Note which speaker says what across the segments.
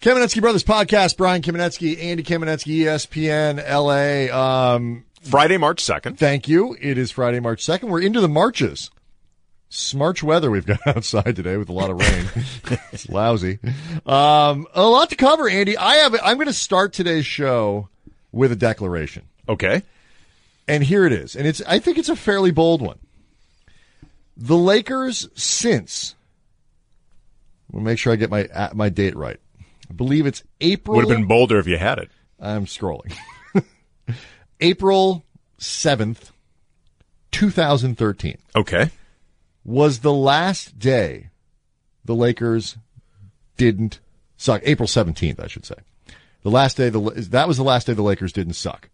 Speaker 1: Kamenetsky Brothers Podcast, Brian Kamenetsky, Andy Kamenetsky, E ESPN LA. Um,
Speaker 2: Friday, March 2nd.
Speaker 1: thank you. It is Friday, March 2nd. We're into the marches. Smarch weather we've got outside today with a lot of rain. it's lousy. Um, a lot to cover, Andy. I have. I'm going to start today's show with a declaration.
Speaker 2: Okay.
Speaker 1: And here it is. And it's I think it's a fairly bold one. The Lakers since we'll make sure I get my uh, my date right. I believe it's April
Speaker 2: Would have been bolder if you had it.
Speaker 1: I'm scrolling. April 7th, 2013
Speaker 2: Okay.
Speaker 1: was the last day the Lakers didn't suck. April 17th, I should say. The last day the that was the last day the Lakers didn't suck.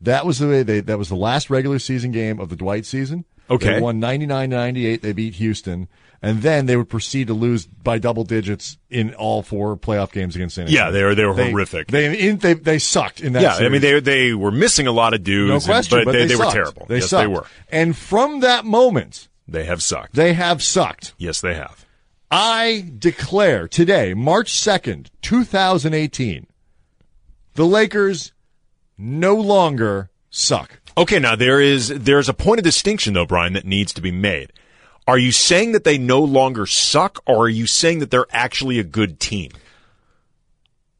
Speaker 1: That was the way they that was the last regular season game of the Dwight season.
Speaker 2: Okay.
Speaker 1: They won 99-98, they beat Houston, and then they would proceed to lose by double digits in all four playoff games against San Antonio.
Speaker 2: Yeah, they were they were horrific.
Speaker 1: They, in, they they sucked in that
Speaker 2: yeah, I
Speaker 1: series.
Speaker 2: mean they they were missing a lot of dudes,
Speaker 1: no
Speaker 2: and-
Speaker 1: question,
Speaker 2: but, they, they were
Speaker 1: sucked.
Speaker 2: terrible.
Speaker 1: They
Speaker 2: yes,
Speaker 1: sucked.
Speaker 2: they were.
Speaker 1: And from that moment,
Speaker 2: They have sucked.
Speaker 1: they have sucked.
Speaker 2: yes, they have.
Speaker 1: I declare today, March 2nd, 2018, the Lakers no longer suck.
Speaker 2: Okay, now there is there's a point of distinction though, Brian, that needs to be made. Are you saying that they no longer suck, or are you saying that they're actually a good team?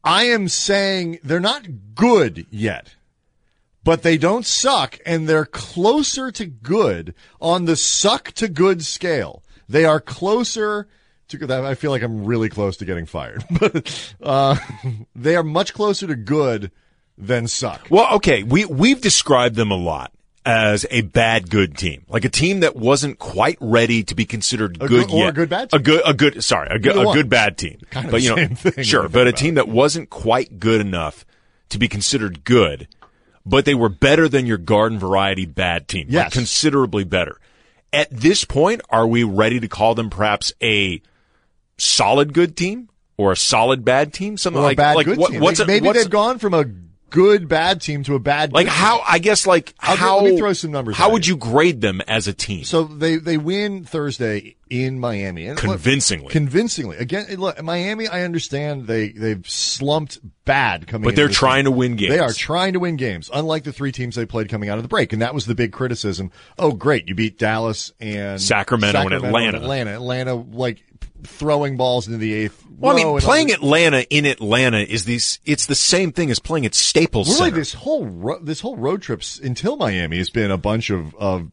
Speaker 1: I am saying they're not good yet, but they don't suck, and they're closer to good on the suck to good scale. They are closer to good. I feel like I'm really close to getting fired, but uh, they are much closer to good than suck.
Speaker 2: Well, okay, we we've described them a lot as a bad good team, like a team that wasn't quite ready to be considered
Speaker 1: A
Speaker 2: good
Speaker 1: good- or
Speaker 2: yet.
Speaker 1: a good bad team.
Speaker 2: A good a good sorry a, good
Speaker 1: Either
Speaker 2: a
Speaker 1: one.
Speaker 2: good bad team.
Speaker 1: Kind of
Speaker 2: but
Speaker 1: the
Speaker 2: you know,
Speaker 1: same thing
Speaker 2: sure,
Speaker 1: if
Speaker 2: but
Speaker 1: you
Speaker 2: a
Speaker 1: think
Speaker 2: team that wasn't quite good enough to be considered good, but they were better than your garden variety bad team. like
Speaker 1: Yes.
Speaker 2: considerably better. At this point, are we ready to call them perhaps a solid good team or a solid bad team? Something
Speaker 1: or a
Speaker 2: like
Speaker 1: bad
Speaker 2: like
Speaker 1: good
Speaker 2: what,
Speaker 1: team.
Speaker 2: what's a-
Speaker 1: Like, maybe
Speaker 2: what's-
Speaker 1: they've gone from a good bad team to a bad
Speaker 2: like
Speaker 1: good team.
Speaker 2: how I guess like
Speaker 1: I'll
Speaker 2: how
Speaker 1: let me throw some numbers
Speaker 2: How
Speaker 1: at
Speaker 2: would
Speaker 1: you.
Speaker 2: you grade them as a team?
Speaker 1: So they they win Thursday in Miami and look,
Speaker 2: Convincingly.
Speaker 1: convincingly again. Look, Miami, I understand they they've slumped bad coming,
Speaker 2: but
Speaker 1: into
Speaker 2: they're
Speaker 1: this
Speaker 2: trying to win
Speaker 1: season.
Speaker 2: games.
Speaker 1: They are trying to win games, unlike the three teams they played coming out of the break, and that was the big criticism. Oh, great, you beat Dallas and
Speaker 2: Sacramento and Atlanta.
Speaker 1: Atlanta, Atlanta, like throwing balls into the eighth.
Speaker 2: well, I
Speaker 1: row
Speaker 2: mean,
Speaker 1: and
Speaker 2: playing
Speaker 1: all-
Speaker 2: Atlanta in Atlanta is these. It's the same thing as playing at Staples
Speaker 1: really
Speaker 2: Center.
Speaker 1: this whole ro- this whole road trips until Miami has been a bunch of of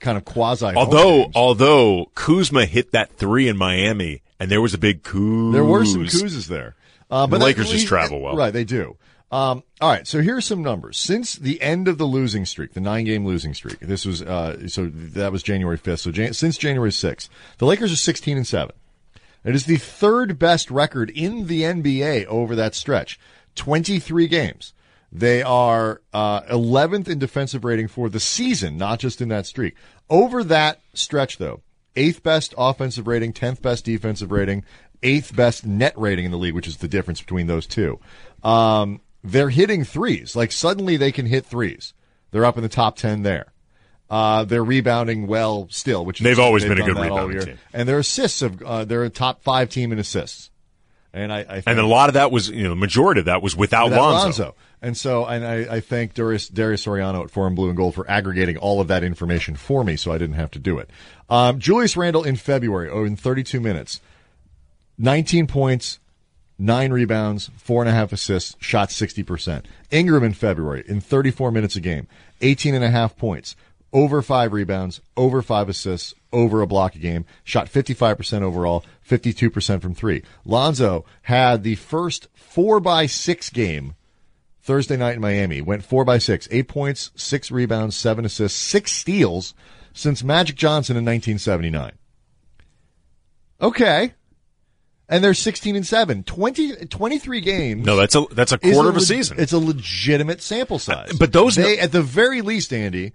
Speaker 1: kind of quasi.
Speaker 2: although, although Kuzma hit that three in Miami, and there was a big coup.
Speaker 1: there were some coozes there, uh, but
Speaker 2: The Lakers
Speaker 1: that-
Speaker 2: just travel well.
Speaker 1: right? They do. Um, all right, so here's some numbers since the end of the losing streak, the nine game losing streak. This was uh, so that was January 5th. So Jan- since January 6th, the Lakers are 16 and seven. It is the third best record in the NBA over that stretch. 23 games. They are uh, 11th in defensive rating for the season, not just in that streak. Over that stretch, though, eighth best offensive rating, 10th best defensive rating, eighth best net rating in the league, which is the difference between those two. Um, they're hitting threes. Like, suddenly they can hit threes. They're up in the top 10 there. Uh, they're rebounding well still, which is
Speaker 2: They've always been a
Speaker 1: done
Speaker 2: good
Speaker 1: that all
Speaker 2: rebounding
Speaker 1: year.
Speaker 2: team.
Speaker 1: And their assists have uh, they're a top five team in assists. And I, I think
Speaker 2: and a lot of that was, you know, the majority of that was without,
Speaker 1: that
Speaker 2: Lonzo.
Speaker 1: Lonzo. And so, and I, I thank Darius, Darius Soriano at Forum Blue and Gold for aggregating all of that information for me, so I didn't have to do it. Um, Julius Randle in February, or in 32 minutes, 19 points, nine rebounds, four and a half assists, shot 60%. Ingram in February, in 34 minutes a game, 18 and a half points, over five rebounds, over five assists, over a block a game, shot 55% overall, 52% from three. Lonzo had the first four by six game Thursday night in Miami. Went four by six, eight points, six rebounds, seven assists, six steals since Magic Johnson in 1979. Okay. And they're 16 and 7. 20, 23 games.
Speaker 2: No, that's a that's a
Speaker 1: is
Speaker 2: quarter of a
Speaker 1: leg-
Speaker 2: season.
Speaker 1: It's a legitimate sample size.
Speaker 2: Uh, but those-
Speaker 1: They, at the very least, Andy,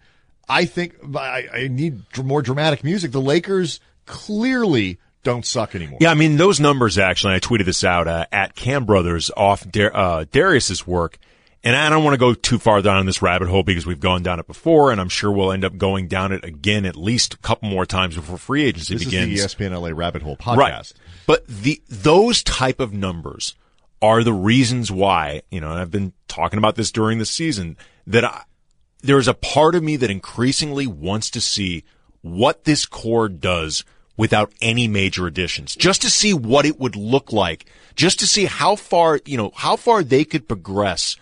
Speaker 1: I think I, I need dr- more dramatic music. The Lakers clearly don't suck anymore.
Speaker 2: Yeah, I mean those numbers. Actually, I tweeted this out uh, at Cam Brothers off Dar- uh, Darius's work, and I don't want to go too far down this rabbit hole because we've gone down it before, and I'm sure we'll end up going down it again at least a couple more times before free agency
Speaker 1: This E uh,
Speaker 2: begins.
Speaker 1: is the ESPN LA Rabbit Hole podcast.
Speaker 2: right, but the those type of numbers are the reasons why, you know, and I've been talking about this during the season that I, there is a part of me that increasingly wants to see what this core does without any major additions, just to see what it would look like, just to see how far, you know, how far they could progress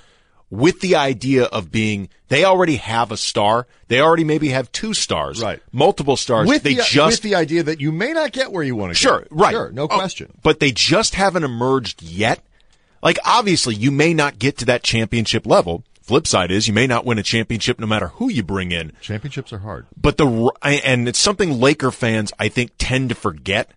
Speaker 2: with the idea of being, they already have a star. They already maybe have two stars,
Speaker 1: Right.
Speaker 2: Multiple stars.
Speaker 1: With
Speaker 2: they
Speaker 1: the,
Speaker 2: just
Speaker 1: with the idea that you may not get where you want to
Speaker 2: Sure,
Speaker 1: go.
Speaker 2: right.
Speaker 1: Sure, no
Speaker 2: Oh,
Speaker 1: question.
Speaker 2: But they just haven't emerged yet. Like, obviously, you may not get to that championship level. Flip side is you may not win a championship no matter who you bring in.
Speaker 1: Championships are hard.
Speaker 2: But the, and it's something Laker fans, I think, tend to forget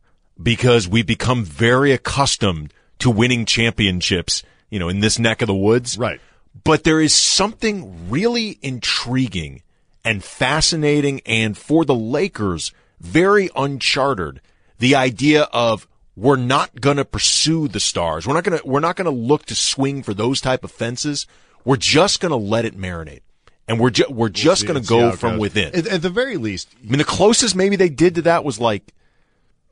Speaker 2: because we become very accustomed to winning championships, you know, in this neck of the woods.
Speaker 1: Right.
Speaker 2: But there is something really intriguing and fascinating and for the Lakers, very uncharted. The idea of we're not going to pursue the stars. We're not going to, we're not going to look to swing for those type of fences. We're just going to let it marinate and we're, ju- we're just going
Speaker 1: And
Speaker 2: to
Speaker 1: see
Speaker 2: go
Speaker 1: how it
Speaker 2: from
Speaker 1: goes.
Speaker 2: within.
Speaker 1: At, at the very least,
Speaker 2: I mean, the closest maybe they did to that was like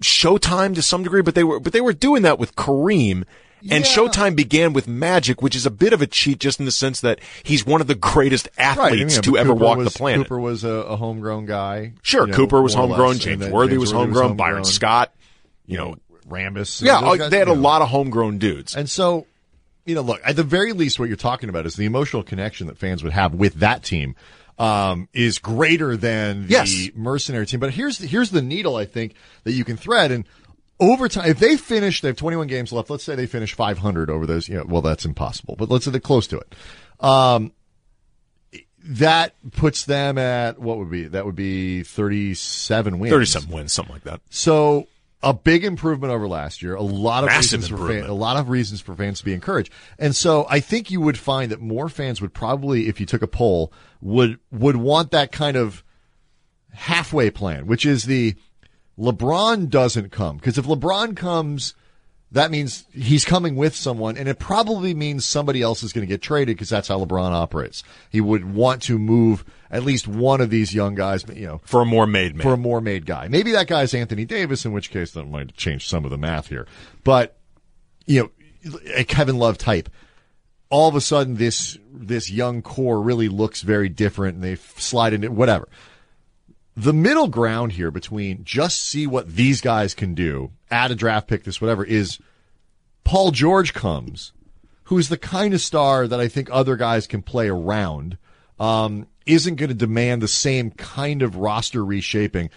Speaker 2: Showtime to some degree, but they were but they were doing that with Kareem. And
Speaker 1: Yeah.
Speaker 2: Showtime began with Magic, which is a bit of a cheat, just in the sense that he's one of the greatest athletes
Speaker 1: right, I mean, yeah,
Speaker 2: to
Speaker 1: but
Speaker 2: ever
Speaker 1: Cooper
Speaker 2: walk
Speaker 1: was-
Speaker 2: the planet.
Speaker 1: Cooper was a, a homegrown guy.
Speaker 2: sure,
Speaker 1: you know,
Speaker 2: Cooper was
Speaker 1: more or less,
Speaker 2: homegrown.
Speaker 1: and
Speaker 2: James
Speaker 1: then
Speaker 2: Worthy
Speaker 1: James
Speaker 2: was homegrown. Byron
Speaker 1: homegrown, oh,
Speaker 2: Scott, you know,
Speaker 1: Rambus.
Speaker 2: yeah,
Speaker 1: Those
Speaker 2: all-
Speaker 1: guys,
Speaker 2: they had
Speaker 1: you
Speaker 2: a
Speaker 1: know.
Speaker 2: lot of homegrown dudes.
Speaker 1: And so, you know, look, at the very least, what you're talking about is the emotional connection that fans would have with that team um, is greater than the
Speaker 2: Yes.
Speaker 1: mercenary team. But here's the, here's the needle I think that you can thread and. Over time, if they finish, they have 21 games left. Let's say they finish 500 over those. You know, well, that's impossible, but let's say they're close to it. Um, that puts them at what would be that would be 37 wins.
Speaker 2: Thirty-seven wins, something like that.
Speaker 1: So a big improvement over last year. A lot of
Speaker 2: Massive
Speaker 1: reasons for fan,
Speaker 2: improvement.
Speaker 1: a lot of reasons for fans to be encouraged. And so I think you would find that more fans would probably, if you took a poll, would would want that kind of halfway plan, which is the LeBron doesn't come because if LeBron comes. That means he's coming with someone, and it probably means somebody else is going to get traded because that's how LeBron operates. He would want to move at least one of these young guys, you know,
Speaker 2: For a more made man.
Speaker 1: for a more made guy. Maybe that guy's Anthony Davis, in which case that might change some of the math here. But you know, a Kevin Love type. All of a sudden, this this young core really looks very different, and they slide into whatever. The middle ground here between just see what these guys can do, add a draft pick, this whatever is. Paul George comes, who's the kind of star that I think other guys can play around, um, isn't going to demand the same kind of roster reshaping.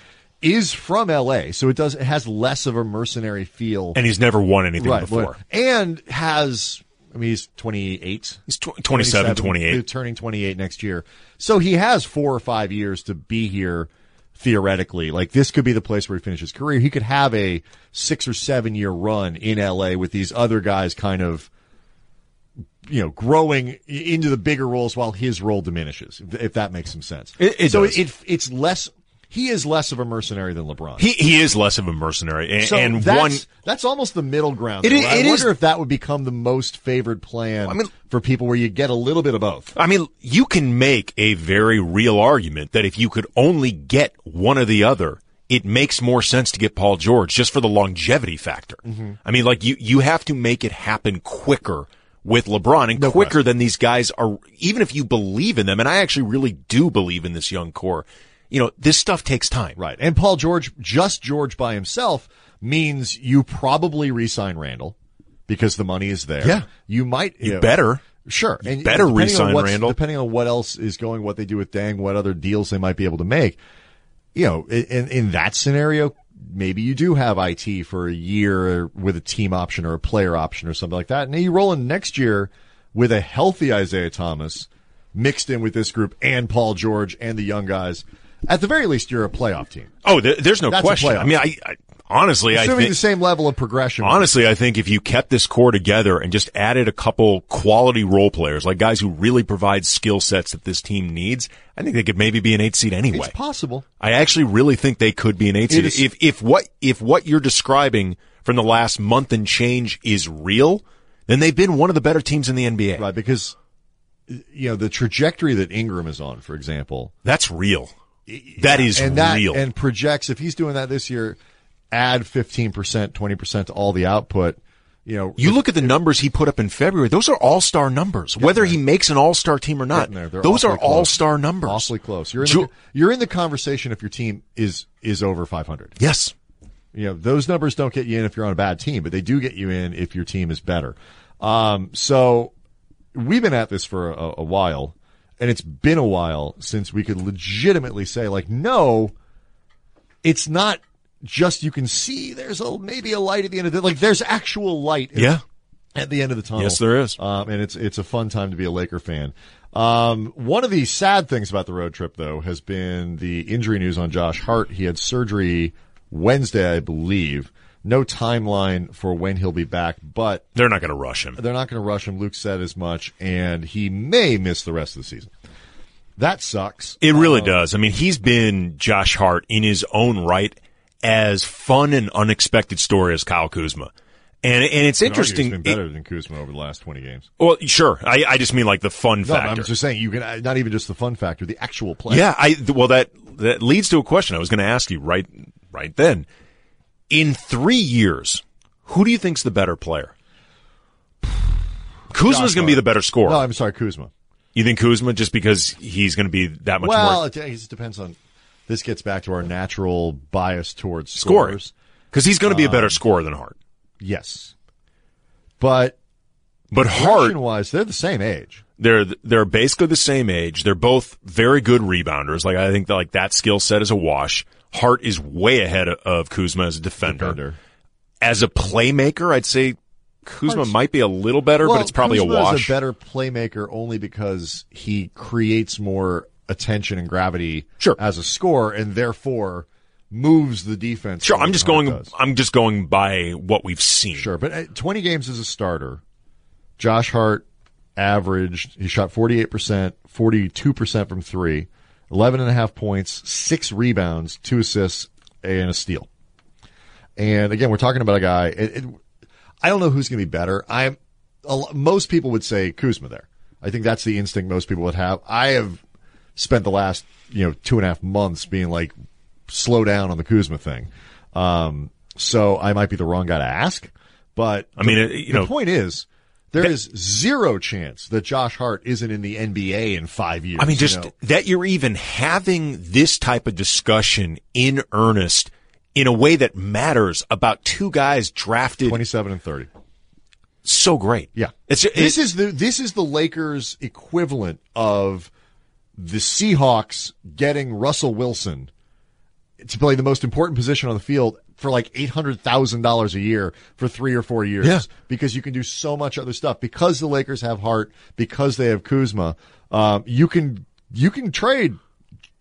Speaker 1: Is from LA, so it does it has less of a mercenary feel.
Speaker 2: and he's never won anything
Speaker 1: right,
Speaker 2: before.
Speaker 1: but- and has I mean he's 28,
Speaker 2: He's tw- 27, 28.
Speaker 1: turning 28 next year. So he has four or five years to be here theoretically. Like this could be the place where he finishes his career. He could have a six or seven year run in LA with these other guys kind of, you know, growing i- into the bigger roles while his role diminishes, if- if that makes some sense.
Speaker 2: It- it
Speaker 1: so
Speaker 2: does.
Speaker 1: It, it's less, he is less of a mercenary than LeBron.
Speaker 2: He he is less of a mercenary, and,
Speaker 1: so
Speaker 2: and
Speaker 1: that's,
Speaker 2: one
Speaker 1: that's almost the middle ground.
Speaker 2: It is-
Speaker 1: I
Speaker 2: it
Speaker 1: wonder
Speaker 2: is-
Speaker 1: if that would become the most favored plan
Speaker 2: I mean-
Speaker 1: for people where you get a little bit of both.
Speaker 2: I mean, you can make a very real argument that if you could only get one or the other, it makes more sense to get Paul George just for the longevity factor.
Speaker 1: Mm-hmm.
Speaker 2: I mean, like you, you have to make it happen quicker with LeBron and quicker than these guys are, even if you believe in them. And I actually really do believe in this young core. You know, this stuff takes time.
Speaker 1: Right. And Paul George, just George by himself, means you probably re-sign Randall because the money is there.
Speaker 2: Yeah.
Speaker 1: You might. You know,
Speaker 2: Better.
Speaker 1: Sure. And
Speaker 2: better
Speaker 1: depending on
Speaker 2: re-sign
Speaker 1: what's-
Speaker 2: Randall.
Speaker 1: Depending on what else is going, what they do with Dang, what other deals they might be able to make. You know, in, in- in that scenario, maybe you do have IT for a year with a team option or a player option or something like that. And then you roll in next year with a healthy Isaiah Thomas mixed in with this group and Paul George and the young guys. At the very least, you're a playoff team.
Speaker 2: Oh, there, there's no
Speaker 1: That's a
Speaker 2: question.
Speaker 1: playoff.
Speaker 2: I mean, I, I honestly, I
Speaker 1: Assuming
Speaker 2: think
Speaker 1: the same level of progression.
Speaker 2: Honestly, I think if you kept this core together and just added a couple quality role players, like guys who really provide skill sets that this team needs, I think they could maybe be an eight seed
Speaker 1: it's
Speaker 2: anyway.
Speaker 1: possible.
Speaker 2: I actually really think they could be an eight seed.
Speaker 1: is-
Speaker 2: If if what if what you're describing from the last month and change is real, then they've been one of the better teams in the NBA.
Speaker 1: Right. Because, you know, the trajectory that Ingram is on, for example,
Speaker 2: That's real. That is
Speaker 1: and that,
Speaker 2: real.
Speaker 1: and projects, if he's doing that this year, add 15%, 20% to all the output. you know,
Speaker 2: You look at the numbers he put up in February; those are all star numbers. Whether he makes an all star team or not,
Speaker 1: Getting there. They're
Speaker 2: those are
Speaker 1: awfully close.
Speaker 2: all star numbers.
Speaker 1: awfully close. You're in,
Speaker 2: Ju-
Speaker 1: the, you're in the conversation if your team is is over 500.
Speaker 2: Yes,
Speaker 1: You know, those numbers don't get you in if you're on a bad team, but they do get you in if your team is better. Um, so we've been at this for a, a while, and it's been a while since we could legitimately say, like, no, it's not just you can see there's a maybe a light at the end of the like there's actual light at-
Speaker 2: Yeah.
Speaker 1: at the end of the tunnel
Speaker 2: Yes, there is.
Speaker 1: um, and it's it's a fun time to be a Laker fan. Um, one of the sad things about the road trip, though, has been the injury news on Josh Hart. He had surgery Wednesday, I believe. No timeline for when he'll be back, but
Speaker 2: they're not going to rush him.
Speaker 1: they're not going to rush him. Luke said as much, and he may miss the rest of the season. That sucks.
Speaker 2: It really does. I mean, he's been Josh Hart in his own right as fun and unexpected story as Kyle Kuzma. And, and it's interesting.
Speaker 1: He's been better than Kuzma over the last twenty games.
Speaker 2: it- well, sure. I, I just mean like the fun
Speaker 1: No, but
Speaker 2: factor.
Speaker 1: I'm just saying you can uh, not even just the fun factor, the actual play.
Speaker 2: yeah. I, th- well, that, that leads to a question I was going to ask you right, right then. In three years, who do you think's the better player? Kuzma's going to be the better scorer.
Speaker 1: No, I'm sorry, Kuzma.
Speaker 2: you think Kuzma just because he's going to be that much
Speaker 1: well,
Speaker 2: more
Speaker 1: it, it just depends on. This gets back to our natural bias towards
Speaker 2: scorer?
Speaker 1: scorers.
Speaker 2: Because he's going to be a
Speaker 1: Um,
Speaker 2: better scorer than Hart.
Speaker 1: Yes, but
Speaker 2: But Hart
Speaker 1: position wise, they're the same age.
Speaker 2: They're they're basically the same age. They're both very good rebounders. Like I think that, like that skill set is a wash. Hart is way ahead of- of Kuzma as a defender.
Speaker 1: Bender.
Speaker 2: As a playmaker, I'd say Kuzma
Speaker 1: Hart's-
Speaker 2: might be a little better,
Speaker 1: Well,
Speaker 2: but it's probably
Speaker 1: Kuzma
Speaker 2: a
Speaker 1: is
Speaker 2: wash.
Speaker 1: a better playmaker only because he creates more attention and gravity
Speaker 2: Sure.
Speaker 1: as a scorer, and therefore moves the defense.
Speaker 2: sure,
Speaker 1: more
Speaker 2: I'm
Speaker 1: than
Speaker 2: just
Speaker 1: Hart
Speaker 2: going.
Speaker 1: does.
Speaker 2: I'm just going by what we've seen.
Speaker 1: Sure, but at 20 games as a starter, Josh Hart averaged, he shot 48%, 42% from three, 11 and a half points, six rebounds, two assists, and a steal. And again, we're talking about a guy. It, it, I don't know who's going to be better. I'm a, lo- most people would say Kuzma there. I think that's the instinct most people would have. I have spent the last you know two and a half months being like, slow down on the Kuzma thing. Um, so I might be the wrong guy to ask, but
Speaker 2: I mean, it- you
Speaker 1: the
Speaker 2: know,
Speaker 1: point is. there is zero chance that Josh Hart isn't in the NBA in five years.
Speaker 2: I mean,
Speaker 1: you
Speaker 2: just
Speaker 1: know?
Speaker 2: that you're even having this type of discussion in earnest in a way that matters about two guys drafted
Speaker 1: twenty-seven and thirty.
Speaker 2: so great.
Speaker 1: Yeah,
Speaker 2: it's it,
Speaker 1: this is the this is the Lakers equivalent of the Seahawks getting Russell Wilson to play the most important position on the field for like eight hundred thousand dollars a year for three or four years.
Speaker 2: Yeah.
Speaker 1: because you can do so much other stuff. Because the Lakers have heart, because they have Kuzma, um, you can you can trade.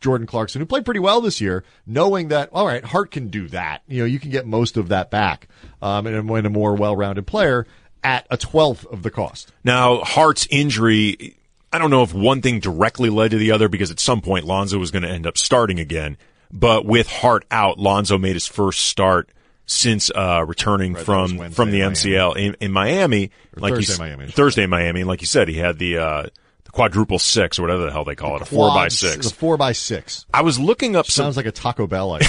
Speaker 1: Jordan Clarkson, who played pretty well this year, knowing that all right, Hart can do that. You know, you can get most of that back, um, and when a more well-rounded player at a twelfth of the cost.
Speaker 2: Now, Hart's injury, I don't know if one thing directly led to the other because at some point Lonzo was going to end up starting again. But with Hart out, Lonzo made his first start since uh, returning
Speaker 1: was
Speaker 2: from
Speaker 1: Wednesday
Speaker 2: from the
Speaker 1: in Miami.
Speaker 2: MCL in, in Miami. Like
Speaker 1: Thursday,
Speaker 2: he's-
Speaker 1: Miami, I should
Speaker 2: Thursday, in Miami. Like you said, he had the uh, the quadruple six or whatever the hell they call it, a four by
Speaker 1: Quad-
Speaker 2: six.
Speaker 1: The four by six.
Speaker 2: I was looking up some
Speaker 1: Sounds like a Taco Bell item.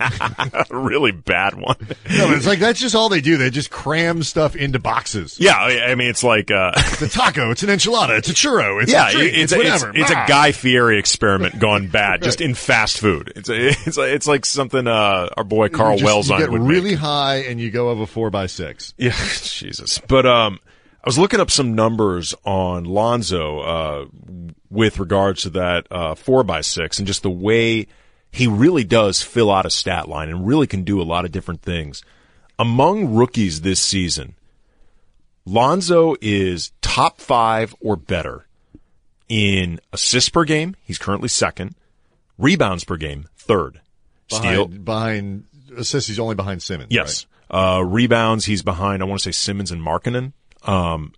Speaker 2: really bad one.
Speaker 1: no, but it's like that's just all they do. They just cram stuff into boxes.
Speaker 2: Yeah, I I mean it's like uh,
Speaker 1: It's a taco. It's an enchilada. It's a churro. It's
Speaker 2: yeah,
Speaker 1: a drink, it's,
Speaker 2: it's, a, it's,
Speaker 1: whatever.
Speaker 2: it's a
Speaker 1: Ah.
Speaker 2: Guy Fieri experiment gone bad, just in fast food. It's a, it's like, it's like something uh, our boy Carl
Speaker 1: You just-
Speaker 2: Wells
Speaker 1: you
Speaker 2: on
Speaker 1: get
Speaker 2: would
Speaker 1: really
Speaker 2: make.
Speaker 1: high and you go over four by six.
Speaker 2: Yeah, Jesus. But um, I was looking up some numbers on Lonzo uh, with regards to that uh, four by six and just the way he really does fill out a stat line and really can do a lot of different things. Among rookies this season, Lonzo is top five or better in assists per game. He's currently second. Rebounds per game, third. Steal,
Speaker 1: Behind, behind assists, he's only behind Simmons.
Speaker 2: Yes. Uh, rebounds, he's behind, I want to say Simmons and Markinen. Um,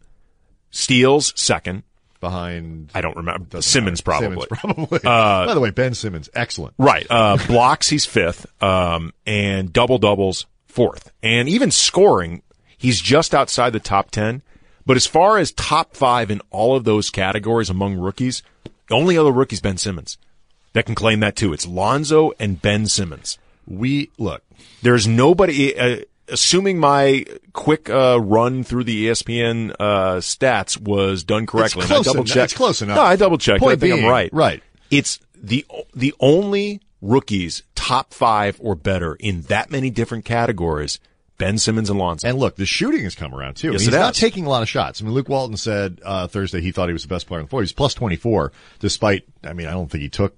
Speaker 2: steals, second.
Speaker 1: right? Behind
Speaker 2: I don't remember. Simmons, probably. Uh,
Speaker 1: Simmons, probably. By the way, Ben Simmons, excellent.
Speaker 2: Right. Uh, blocks, he's fifth. Um, and double doubles, fourth. And even scoring, he's just outside the top 10. But as far as top five in all of those categories among rookies, the only other rookie's Ben Simmons that can claim that too. It's Lonzo and Ben Simmons.
Speaker 1: We look.
Speaker 2: There's nobody. Uh, assuming my quick uh, run through the ESPN uh, stats was done correctly,
Speaker 1: It's
Speaker 2: and I
Speaker 1: close
Speaker 2: double
Speaker 1: enough.
Speaker 2: checked.
Speaker 1: It's close enough.
Speaker 2: No, I double checked. I
Speaker 1: Point
Speaker 2: think I'm
Speaker 1: being,
Speaker 2: right.
Speaker 1: right.
Speaker 2: It's the o- the only rookies top five or better in that many different categories. Ben Simmons and Lonzo.
Speaker 1: And look, the shooting has come around too.
Speaker 2: Yes,
Speaker 1: he's
Speaker 2: it
Speaker 1: not
Speaker 2: has.
Speaker 1: taking a lot of shots. I mean, Luke Walton said uh, Thursday he thought he was the best player on the floor. He's plus 24, despite, I mean, I don't think he took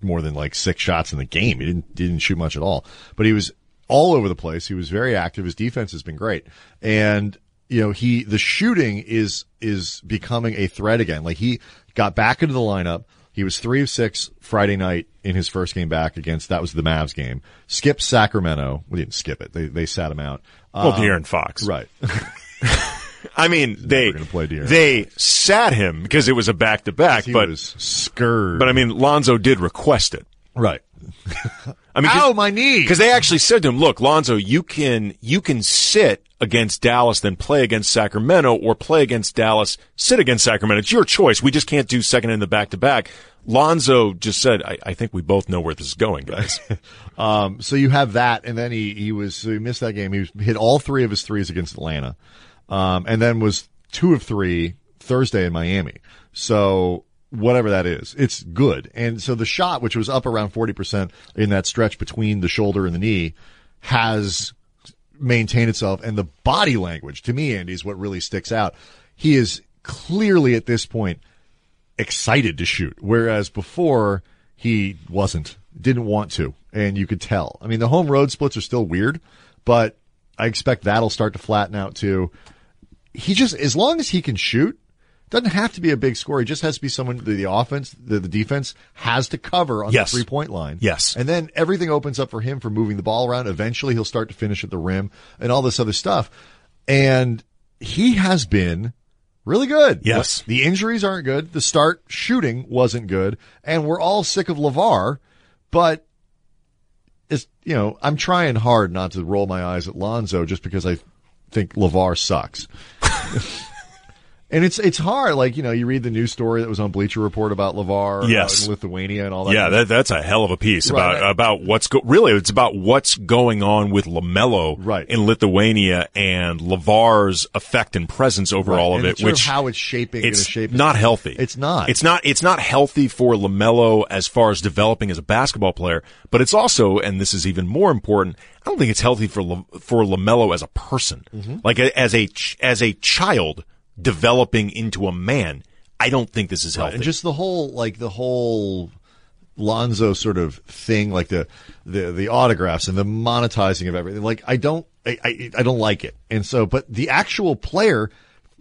Speaker 1: more than like six shots in the game. He didn't, didn't shoot much at all, but he was all over the place. He was very active. His defense has been great. And, you know, he, the shooting is, is becoming a threat again. Like he got back into the lineup. He was three of six Friday night in his first game back against, that was the Mavs game. Skipped Sacramento. We didn't skip it. They, they sat him out.
Speaker 2: well, De'Aaron Fox.
Speaker 1: uh, Right.
Speaker 2: I mean, they
Speaker 1: gonna play De'Aaron
Speaker 2: they sat him because it was a back to back.
Speaker 1: He
Speaker 2: But
Speaker 1: was scourged.
Speaker 2: but I mean, Lonzo did request it.
Speaker 1: right.
Speaker 2: I mean, 'cause-
Speaker 1: Ow, my knee.
Speaker 2: Because they actually said to him, "Look, Lonzo, you can you can sit against Dallas, then play against Sacramento, or play against Dallas, sit against Sacramento. It's your choice. We just can't do second in the back to back." Lonzo just said, I, "I think we both know where this is going, guys."
Speaker 1: Um, so you have that, and then he he was so he missed that game. He was, hit all three of his threes against Atlanta, um, and then was two of three Thursday in Miami. So whatever that is, it's good. And so the shot, which was up around forty percent in that stretch between the shoulder and the knee, has maintain itself and the body language to me andy is what really sticks out he is clearly at this point excited to shoot whereas before he wasn't didn't want to and you could tell i mean the home road splits are still weird but i expect that'll start to flatten out too he just as long as he can shoot doesn't have to be a big scorer. He just has to be someone the, the offense, the, the defense has to cover on
Speaker 2: Yes.
Speaker 1: the three point line.
Speaker 2: Yes.
Speaker 1: And then everything opens up for him for moving the ball around. Eventually he'll start to finish at the rim and all this other stuff. And he has been really good.
Speaker 2: Yes.
Speaker 1: The injuries aren't good. The start shooting wasn't good. And we're all sick of LeVar, but it's, you know, I'm trying hard not to roll my eyes at Lonzo just because I think LeVar sucks. And it's it's hard, like you know, you read the news story that was on Bleacher Report about Levar, out
Speaker 2: Yes.
Speaker 1: in Lithuania, and all that.
Speaker 2: yeah,
Speaker 1: that,
Speaker 2: that, that's a hell of a piece
Speaker 1: Right,
Speaker 2: about
Speaker 1: right.
Speaker 2: about what's go- really it's about what's going on with Lamelo
Speaker 1: Right.
Speaker 2: in Lithuania and Lavar's effect and presence over all of
Speaker 1: and
Speaker 2: it,
Speaker 1: it's sort
Speaker 2: which
Speaker 1: of how it's shaping, and
Speaker 2: it's
Speaker 1: it's shaping.
Speaker 2: not healthy.
Speaker 1: It's not.
Speaker 2: It's not. It's not healthy for Lamelo as far as developing as a basketball player. But it's also, and this is even more important. I don't think it's healthy for La- for Lamelo as a person,
Speaker 1: Mm-hmm.
Speaker 2: like a, as a ch- as a child developing into a man. I don't think this is healthy.
Speaker 1: and just the whole like the whole Lonzo sort of thing, like the the the autographs and the monetizing of everything. Like I don't I, I I don't like it, and so but the actual player,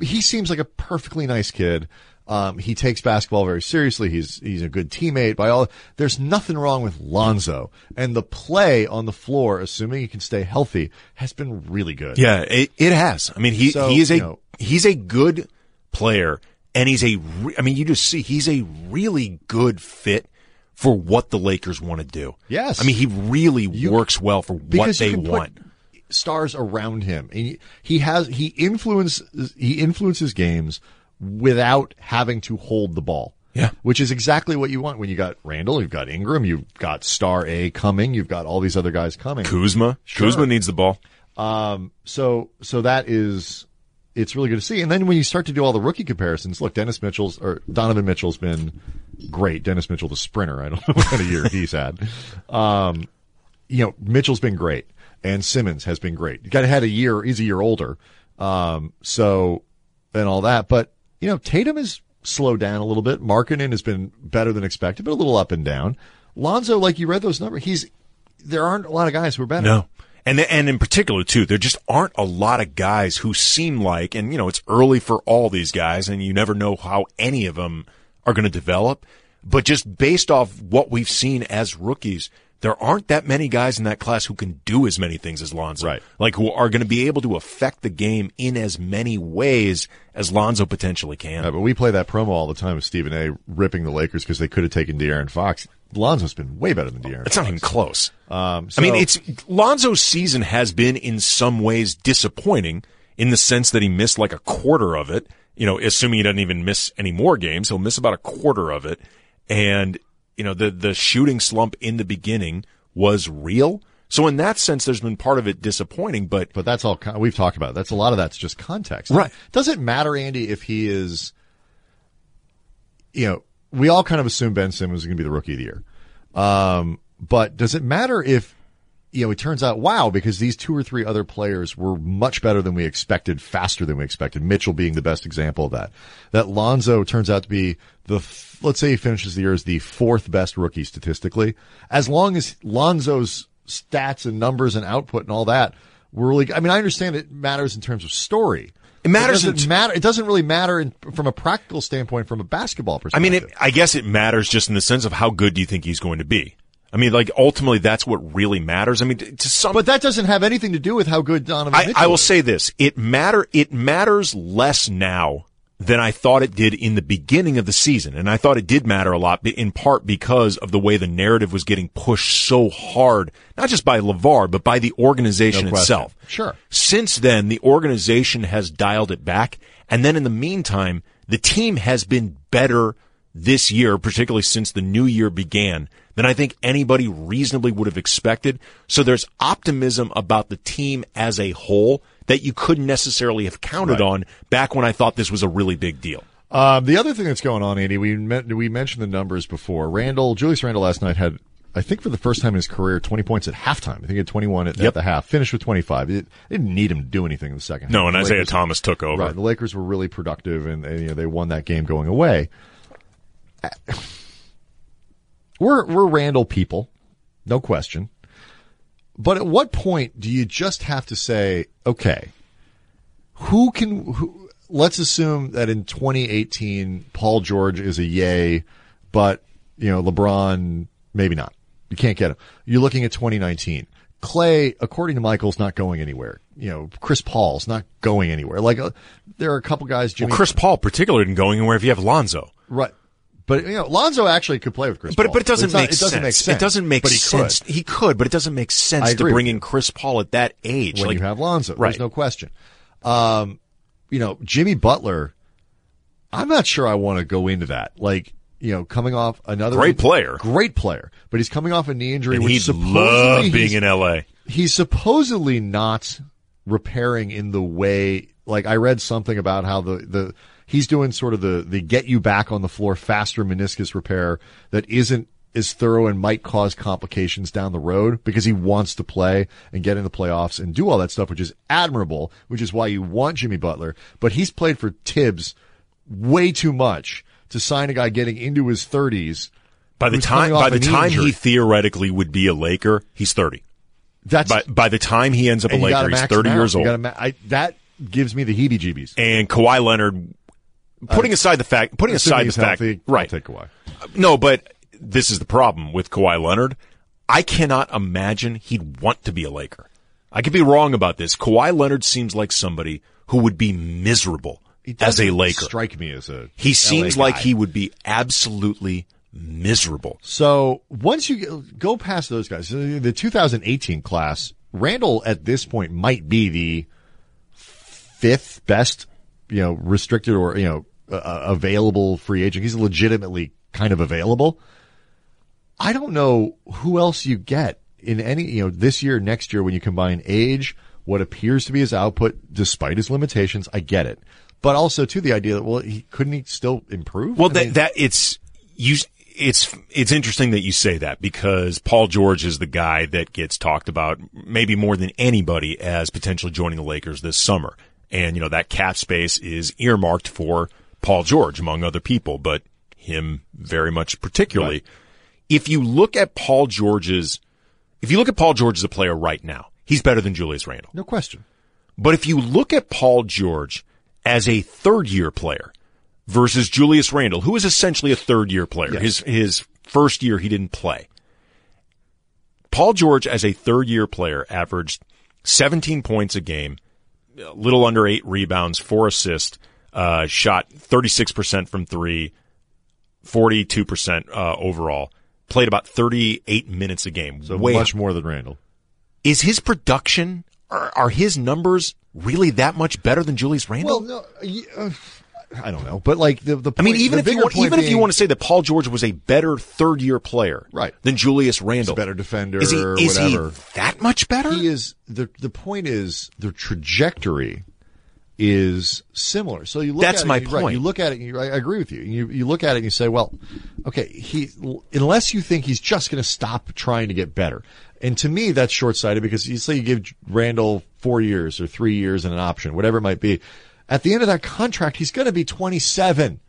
Speaker 1: he seems like a perfectly nice kid. Um, he takes basketball very seriously. He's he's a good teammate. By all, there's nothing wrong with Lonzo, and the play on the floor, assuming he can stay healthy, has been really good.
Speaker 2: yeah, it, it has. I mean, he
Speaker 1: So,
Speaker 2: he is a
Speaker 1: you know-
Speaker 2: he's a good player, and he's a. Re- I mean, you just see he's a really good fit. For what the Lakers want to do,
Speaker 1: Yes.
Speaker 2: I mean he really works well for what
Speaker 1: because
Speaker 2: they
Speaker 1: you can
Speaker 2: want.
Speaker 1: Put stars around him, and he- he has he influences he influences games without having to hold the ball.
Speaker 2: Yeah.
Speaker 1: which is exactly what you want when you got Randall, you've got Ingram, you've got Star A coming, you've got all these other guys coming.
Speaker 2: Kuzma. Kuzma needs the ball.
Speaker 1: Um, so so that is it's really good to see. And then when you start to do all the rookie comparisons, look, Dennis Mitchell's or Donovan Mitchell's been great. Dennis Mitchell, the sprinter, I don't know what kind of year he's had. Um, you know, Mitchell's been great, and Simmons has been great. You got had a year; he's a year older, um, so and all that. But you know, Tatum has slowed down a little bit. Markkinen has been better than expected, but a little up and down. Lonzo, like you read those numbers, he's there aren't a lot of guys who are better.
Speaker 2: No. And and in particular too, there just aren't a lot of guys who seem like, and you know, it's early for all these guys, and you never know how any of them are going to develop. But just based off what we've seen as rookies, there aren't that many guys in that class who can do as many things as Lonzo,
Speaker 1: Right.
Speaker 2: Like who are going to be able to affect the game in as many ways as Lonzo potentially can.
Speaker 1: Uh, but we play that promo all the time of Stephen A. ripping the Lakers because they could have taken De'Aaron Fox. Lonzo's been way better than De'Aaron.
Speaker 2: It's not even close.
Speaker 1: Um,
Speaker 2: I mean,
Speaker 1: so-
Speaker 2: it's Lonzo's season has been in some ways disappointing in the sense that he missed like a quarter of it. You know, assuming he doesn't even miss any more games, he'll miss about a quarter of it. And you know, the the shooting slump in the beginning was real, So in that sense, there's been part of it disappointing, but
Speaker 1: But that's all con- we've talked about. That's a lot of that's just context,
Speaker 2: Right.
Speaker 1: Does it matter, Andy, if he is? You know, we all kind of assume Ben Simmons is going to be the rookie of the year, um, but does it matter if? You know, it turns out, wow, because these two or three other players were much better than we expected, faster than we expected. Mitchell being the best example of that. That Lonzo turns out to be the, f- let's say he finishes the year as the fourth best rookie statistically. As long as Lonzo's stats and numbers and output and all that were really, I mean, I understand it matters in terms of story.
Speaker 2: It matters
Speaker 1: It
Speaker 2: in
Speaker 1: doesn't,
Speaker 2: t-
Speaker 1: matter, it doesn't really matter in, from a practical standpoint, from a basketball
Speaker 2: I
Speaker 1: perspective.
Speaker 2: mean, it, I guess it matters just in the sense of how good do you think he's going to be? I mean, like ultimately, that's what really matters. I mean, t- to some,
Speaker 1: but that doesn't have anything to do with how good Donovan
Speaker 2: I,
Speaker 1: Mitchell
Speaker 2: I will
Speaker 1: is.
Speaker 2: say this: it matter it matters less now than I thought it did in the beginning of the season, and I thought it did matter a lot, in part because of the way the narrative was getting pushed so hard, not just by Levar, but by the organization
Speaker 1: No question.
Speaker 2: itself.
Speaker 1: Sure.
Speaker 2: Since then, the organization has dialed it back, and then in the meantime, the team has been better this year, particularly since the new year began, than I think anybody reasonably would have expected. So there's optimism about the team as a whole that you couldn't necessarily have counted on back when I thought this was a really big deal.
Speaker 1: Um, the other thing that's going on, Andy, we men- we mentioned the numbers before. Randall, Julius Randall last night had, I think for the first time in his career, 20 points at halftime. I think he had 21 at, at
Speaker 2: Yep.
Speaker 1: the half. Finished with 25. It, they didn't need him to do anything in the second half. The Lakers-
Speaker 2: Thomas took over.
Speaker 1: Right. The Lakers were really productive, and, and, you know, they won that game going away. We're we're Randall people, no question. But at what point do you just have to say, okay, who can? Who, let's assume that in 2018, Paul George is a yay, but you know LeBron maybe not. You can't get him. You're looking at 2019. Clay, according to Michael's, not going anywhere. You know, Chris Paul's not going anywhere. Like uh, there are a couple guys, Jimmy,
Speaker 2: Chris Paul, particularly, didn't go anywhere if you have Lonzo.
Speaker 1: right? But you know, Lonzo actually could play with Chris.
Speaker 2: But
Speaker 1: Paul.
Speaker 2: but it doesn't,
Speaker 1: It's not- it
Speaker 2: make,
Speaker 1: doesn't
Speaker 2: sense.
Speaker 1: make sense.
Speaker 2: It doesn't make
Speaker 1: But he could.
Speaker 2: sense. He could, but it doesn't make
Speaker 1: I
Speaker 2: sense to
Speaker 1: agree
Speaker 2: bring
Speaker 1: with
Speaker 2: in Chris Paul at that age.
Speaker 1: when
Speaker 2: like
Speaker 1: you have Lonzo. There's
Speaker 2: Right.
Speaker 1: no question. Um, you know, Jimmy Butler, I'm not sure I want to go into that. Like, you know, coming off another
Speaker 2: Great player.
Speaker 1: great player, but he's coming off a knee injury.
Speaker 2: and
Speaker 1: which
Speaker 2: he'd
Speaker 1: supposedly
Speaker 2: love being
Speaker 1: he's-
Speaker 2: in LA.
Speaker 1: he's supposedly not repairing in the way like I read something about how the the he's doing sort of the the get you back on the floor faster meniscus repair that isn't as thorough and might cause complications down the road because he wants to play and get in the playoffs and do all that stuff, which is admirable, which is why you want Jimmy Butler. But he's played for Tibbs way too much to sign a guy getting into his thirties.
Speaker 2: By the
Speaker 1: who's
Speaker 2: time
Speaker 1: coming off
Speaker 2: by
Speaker 1: a
Speaker 2: the
Speaker 1: knee
Speaker 2: time
Speaker 1: injury.
Speaker 2: he theoretically would be a Laker, he's thirty.
Speaker 1: That's
Speaker 2: By by the time he ends up a
Speaker 1: and you gotta
Speaker 2: Laker, he's
Speaker 1: max him
Speaker 2: thirty
Speaker 1: out.
Speaker 2: years
Speaker 1: You
Speaker 2: old.
Speaker 1: gotta ma- I- that gives me the heebie-jeebies.
Speaker 2: and Kawhi Leonard, putting aside the fact, putting
Speaker 1: Uh, Assuming
Speaker 2: aside the
Speaker 1: he's
Speaker 2: fact,
Speaker 1: healthy, I'll
Speaker 2: right?
Speaker 1: take Kawhi.
Speaker 2: No, but this is the problem with Kawhi Leonard. I cannot imagine he'd want to be a Laker. I could be wrong about this. Kawhi Leonard seems like somebody who would be miserable
Speaker 1: He
Speaker 2: as a
Speaker 1: doesn't
Speaker 2: Laker.
Speaker 1: strike me as a
Speaker 2: He seems
Speaker 1: LA
Speaker 2: like
Speaker 1: guy.
Speaker 2: he would be absolutely miserable.
Speaker 1: So once you go- go past those guys, so the 2018 class, Randall at this point might be the fifth best, you know, restricted or you know uh, available free agent. He's legitimately kind of available. I don't know who else you get in any, you know, this year, next year, when you combine age, what appears to be his output, despite his limitations, I get it. But also too the idea that well, he couldn't he still improve?
Speaker 2: Well,
Speaker 1: I
Speaker 2: that,
Speaker 1: mean,
Speaker 2: that it's you. It's it's interesting that you say that because Paul George is the guy that gets talked about maybe more than anybody as potentially joining the Lakers this summer, and you know that cap space is earmarked for Paul George among other people, but him very much particularly. If you look at Paul George's, if you look at Paul George as a player right now, he's better than Julius Randle.
Speaker 1: no question.
Speaker 2: But if you look at Paul George as a third year player versus Julius Randle, who is essentially a third year player, his, his first year he didn't play. Paul George as a third year player averaged 17 points a game, a little under eight rebounds, four assists, uh, shot 36% from three, 42% uh, overall, played about 38 minutes a game.
Speaker 1: So
Speaker 2: Way
Speaker 1: much more than Randall.
Speaker 2: is his production are, are his numbers really that much better than Julius Randle?
Speaker 1: Well, no, y- uh, I don't know, but like the the.
Speaker 2: I
Speaker 1: Point,
Speaker 2: mean, even
Speaker 1: the
Speaker 2: if you
Speaker 1: bigger
Speaker 2: want,
Speaker 1: point
Speaker 2: even if you
Speaker 1: being,
Speaker 2: want to say that Paul George was a better third year player,
Speaker 1: Right.
Speaker 2: than Julius Randle,
Speaker 1: better defender
Speaker 2: is he,
Speaker 1: or
Speaker 2: is he
Speaker 1: whatever.
Speaker 2: that much better?
Speaker 1: he is the the point is the trajectory is similar. So you look
Speaker 2: That's
Speaker 1: at it
Speaker 2: my
Speaker 1: and you, right,
Speaker 2: point.
Speaker 1: you look at it, and you, I agree with you. You you look at it and you say, well, okay, he unless you think he's just going to stop trying to get better, and to me that's short sighted because you say you give Randall four years or three years and an option, whatever it might be. At the end of that contract, he's going to be twenty seven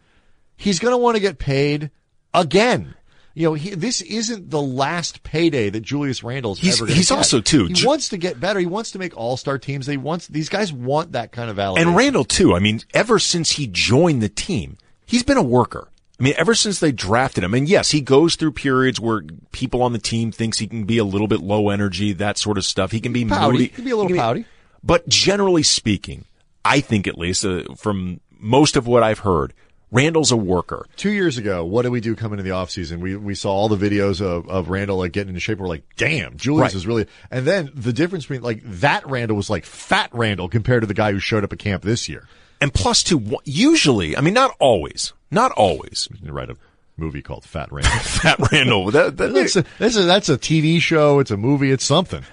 Speaker 1: he's going to want to get paid again. You know, he, this isn't the last payday that Julius Randle's
Speaker 2: He's-
Speaker 1: ever. gonna
Speaker 2: he's
Speaker 1: get.
Speaker 2: also, too,
Speaker 1: He
Speaker 2: Ju-
Speaker 1: wants to get better. He wants to make All Star teams. They wants these guys want that kind of validation.
Speaker 2: And Randall too. I mean, ever since he joined the team, he's been a worker. I mean, ever since they drafted him, and yes, he goes through periods where people on the team thinks he can be a little bit low energy, that sort of stuff. He can be
Speaker 1: Pouty.
Speaker 2: moody.
Speaker 1: He can be a little pouty.
Speaker 2: But generally speaking, I think at least uh, from most of what I've heard, Randall's a worker.
Speaker 1: Two years ago, what did we do coming into the offseason? We we saw all the videos of, of Randall like getting into shape. We're like, damn, Julius
Speaker 2: Right.
Speaker 1: is really. And then the difference between like that Randall was like fat Randall compared to the guy who showed up at camp this year.
Speaker 2: And plus two, wha- usually, I mean, not always, not always.
Speaker 1: You write a movie called Fat Randall.
Speaker 2: Fat Randall, that, that,
Speaker 1: that's, a, that's a that's a TV show. It's a movie. It's something.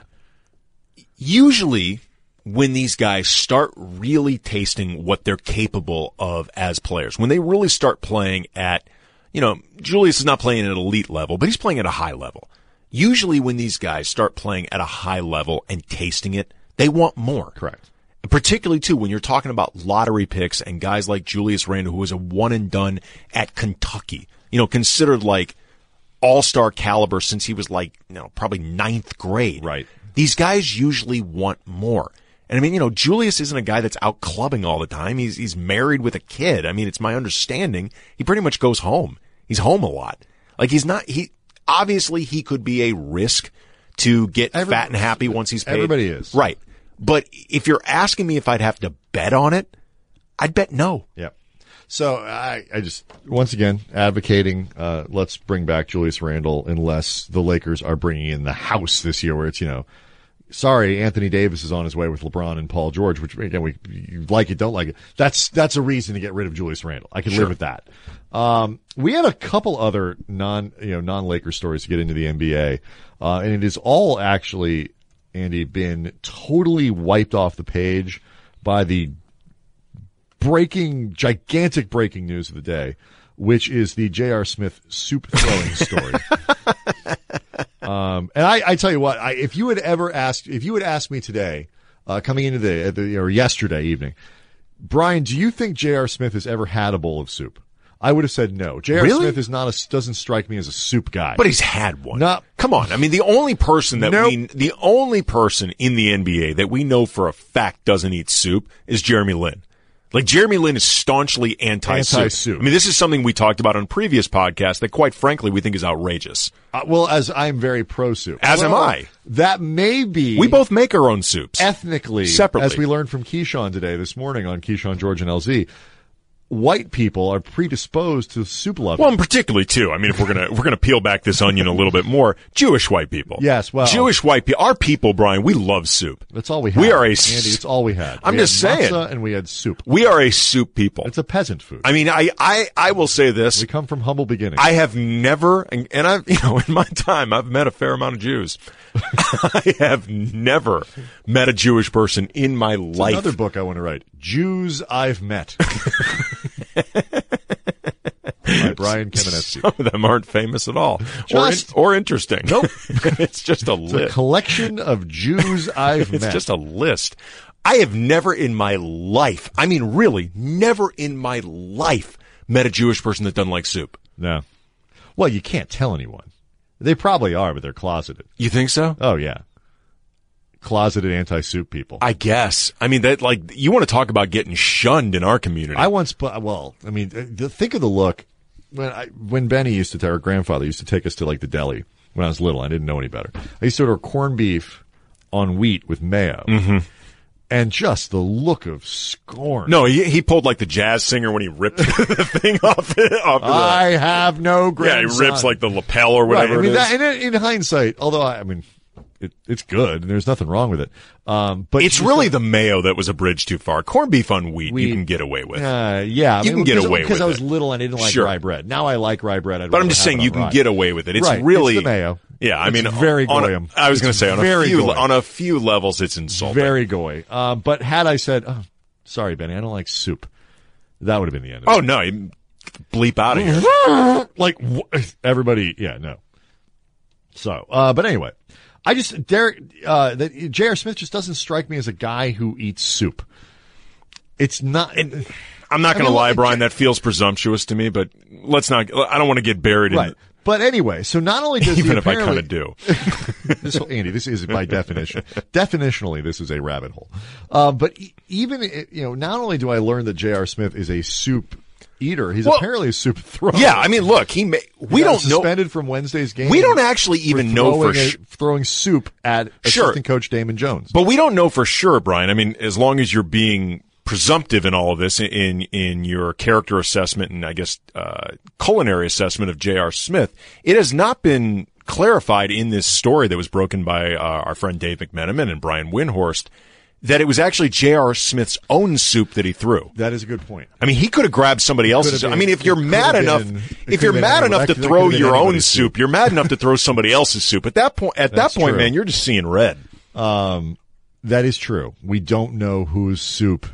Speaker 2: usually when these guys start really tasting what they're capable of as players, when they really start playing at, you know, Julius is not playing at an elite level, but he's playing at a high level. Usually when these guys start playing at a high level and tasting it, they want more.
Speaker 1: Correct.
Speaker 2: And Particularly too, when you're talking about lottery picks and guys like Julius Randle, who was a one and done at Kentucky, you know, considered like all star caliber since he was like, you know, probably ninth grade.
Speaker 1: Right.
Speaker 2: These guys usually want more. And I mean, you know, Julius isn't a guy that's out clubbing all the time. He's, he's married with a kid. I mean, it's my understanding. He pretty much goes home. He's home a lot. Like he's not, he, obviously he could be a risk to get
Speaker 1: Every-
Speaker 2: fat and happy once he's paid.
Speaker 1: Everybody is.
Speaker 2: Right. But if you're asking me if I'd have to bet on it, I'd bet no.
Speaker 1: Yep. So I, I just once again advocating uh, let's bring back Julius Randle unless the Lakers are bringing in the house this year where it's you know sorry Anthony Davis is on his way with LeBron and Paul George which again we you like it don't like it that's that's a reason to get rid of Julius Randle I can live with that um, we had a couple other non you know non Lakers stories to get into the NBA uh, and it is all actually Andy been totally wiped off the page by the breaking, gigantic breaking news of the day, which is the J.R. Smith soup throwing story. um, and I, I tell you what, I, if you had ever asked, if you had asked me today, uh, coming into the, at the or yesterday evening, Brian, do you think J.R. Smith has ever had a bowl of soup? I would have said no. J.R.
Speaker 2: Really?
Speaker 1: Smith is not a, doesn't strike me as a soup guy.
Speaker 2: But he's had one.
Speaker 1: No.
Speaker 2: Come on. I mean, the only person that
Speaker 1: Nope.
Speaker 2: we, the only person in the NBA that we know for a fact doesn't eat soup is Jeremy Lin. Like Jeremy Lin is staunchly anti-soup.
Speaker 1: Anti-soup.
Speaker 2: I mean, this is something we talked about on previous podcasts that quite frankly we think is outrageous.
Speaker 1: Uh, well, as I'm very pro soup,
Speaker 2: As am
Speaker 1: Well,
Speaker 2: I.
Speaker 1: That may be
Speaker 2: We both make our own soups.
Speaker 1: ethnically,
Speaker 2: Separately.
Speaker 1: as we learned from Keyshawn today, this morning on Keyshawn George and LZ, white people are predisposed to soup loving.
Speaker 2: Well, and particularly too. I mean, if we're gonna we're gonna peel back this onion a little bit more, Jewish white people.
Speaker 1: Yes, well-
Speaker 2: Jewish white people. Our people, Brian. We love soup.
Speaker 1: that's all we had.
Speaker 2: We are a.
Speaker 1: Andy.
Speaker 2: s-
Speaker 1: It's all we had.
Speaker 2: I'm
Speaker 1: We
Speaker 2: just
Speaker 1: had
Speaker 2: saying.
Speaker 1: matzah and we had soup.
Speaker 2: we are a soup people.
Speaker 1: It's a peasant food.
Speaker 2: I mean, I I I will say this.
Speaker 1: we come from humble beginnings.
Speaker 2: I have never, and, and I've, you know, in my time, I've met a fair amount of Jews. I have never met a Jewish person in my life.
Speaker 1: Another book I want to write: Jews I've Met. by Brian Kamenetsky.
Speaker 2: Some of them aren't famous at all,
Speaker 1: Just-
Speaker 2: or in- or interesting. Nope, it's just a
Speaker 1: The
Speaker 2: list.
Speaker 1: collection of Jews I've
Speaker 2: It's
Speaker 1: met.
Speaker 2: just a list. I have never in my life, I mean, really, never in my life, met a Jewish person that doesn't like soup.
Speaker 1: no. Well, you can't tell anyone. They probably are, but they're closeted.
Speaker 2: You think so?
Speaker 1: Oh yeah, closeted anti-soup people. I,
Speaker 2: I guess. I mean, that like you want to talk about getting shunned in our community.
Speaker 1: once, put, well, I mean, uh, the, think of the look when I, when Benny used to, our grandfather used to take us to like the deli when I was little. I didn't know any better. I used to order corned beef on wheat with mayo, and just the look of scorn.
Speaker 2: Mm-hmm. No, he, he pulled like the jazz singer when he ripped the thing off. off
Speaker 1: I have no
Speaker 2: the, uh, yeah, he
Speaker 1: Ah, grandson.
Speaker 2: rips like the lapel or
Speaker 1: right.
Speaker 2: whatever
Speaker 1: I mean,
Speaker 2: it is.
Speaker 1: that, and in, in hindsight, although I, I mean. it, it's good. and There's nothing wrong with it. Um, but
Speaker 2: It's
Speaker 1: you-
Speaker 2: really the mayo that was a bridge too far. Corned beef on wheat,
Speaker 1: Wheat.
Speaker 2: you can get away with.
Speaker 1: uh, yeah, I
Speaker 2: You
Speaker 1: mean,
Speaker 2: can get
Speaker 1: because-
Speaker 2: away
Speaker 1: because
Speaker 2: with
Speaker 1: I was
Speaker 2: it.
Speaker 1: little and I didn't like
Speaker 2: Sure.
Speaker 1: rye bread. Now I like rye bread. I'd
Speaker 2: But
Speaker 1: rather
Speaker 2: I'm just
Speaker 1: have
Speaker 2: saying
Speaker 1: it
Speaker 2: you
Speaker 1: on
Speaker 2: can
Speaker 1: rye.
Speaker 2: get away with it. It's
Speaker 1: Right. It's
Speaker 2: really
Speaker 1: the mayo.
Speaker 2: Yeah, I
Speaker 1: It's
Speaker 2: mean
Speaker 1: very
Speaker 2: on
Speaker 1: goyim.
Speaker 2: A, I was
Speaker 1: It's
Speaker 2: going to say on
Speaker 1: very
Speaker 2: a few
Speaker 1: goyim.
Speaker 2: on a few levels it's insulting.
Speaker 1: very goy. Um, but had I said, oh, "Sorry, Benny, I don't like soup," that would have been the end. of it.
Speaker 2: oh no, you bleep out of here. Oh.
Speaker 1: like wh- everybody yeah no so uh but anyway i just derek uh that J.R. smith just doesn't strike me as a guy who eats soup it's not
Speaker 2: I'm not
Speaker 1: Mm-hmm.
Speaker 2: going
Speaker 1: mean,
Speaker 2: to lie,
Speaker 1: look,
Speaker 2: Brian. That feels presumptuous to me, but let's not. I don't want to get buried in.
Speaker 1: right but anyway so not only does
Speaker 2: Even
Speaker 1: he
Speaker 2: if I kind
Speaker 1: apparently-
Speaker 2: of do,
Speaker 1: this whole, Andy, this is by definition. Definitionally, this is a rabbit hole. Uh, but e- even i- you know, not only do I learn that J.R. Smith is a soup eater, he's
Speaker 2: Well-
Speaker 1: apparently a soup thrower.
Speaker 2: yeah. I mean, look, he may, we
Speaker 1: He got
Speaker 2: don't know.
Speaker 1: suspended from Wednesday's game.
Speaker 2: We don't actually
Speaker 1: for
Speaker 2: even know for
Speaker 1: throwing a-
Speaker 2: sure.
Speaker 1: throwing soup at
Speaker 2: Sure.
Speaker 1: assistant coach Damon Jones.
Speaker 2: But we don't know for sure, Brian. I mean, as long as you're being presumptive in all of this, in in your character assessment and I guess uh, culinary assessment of J.R. Smith, it has not been clarified in this story that was broken by uh, our friend Dave McMenamin and Brian Windhorst that it was actually J.R. Smith's own soup that he threw.
Speaker 1: That is a good point.
Speaker 2: I mean, he could have grabbed somebody else's.
Speaker 1: been-
Speaker 2: I mean, if
Speaker 1: it
Speaker 2: you're
Speaker 1: could have
Speaker 2: mad
Speaker 1: been-
Speaker 2: enough,
Speaker 1: it could have
Speaker 2: if you're
Speaker 1: been
Speaker 2: mad
Speaker 1: anyone. That
Speaker 2: enough to
Speaker 1: could- that
Speaker 2: throw
Speaker 1: could have been
Speaker 2: your own
Speaker 1: anybody's soup.
Speaker 2: soup, you're mad enough to throw somebody else's soup. At that point, at
Speaker 1: That's
Speaker 2: that point,
Speaker 1: true.
Speaker 2: man, you're just seeing red.
Speaker 1: Um, that is true. We don't know whose soup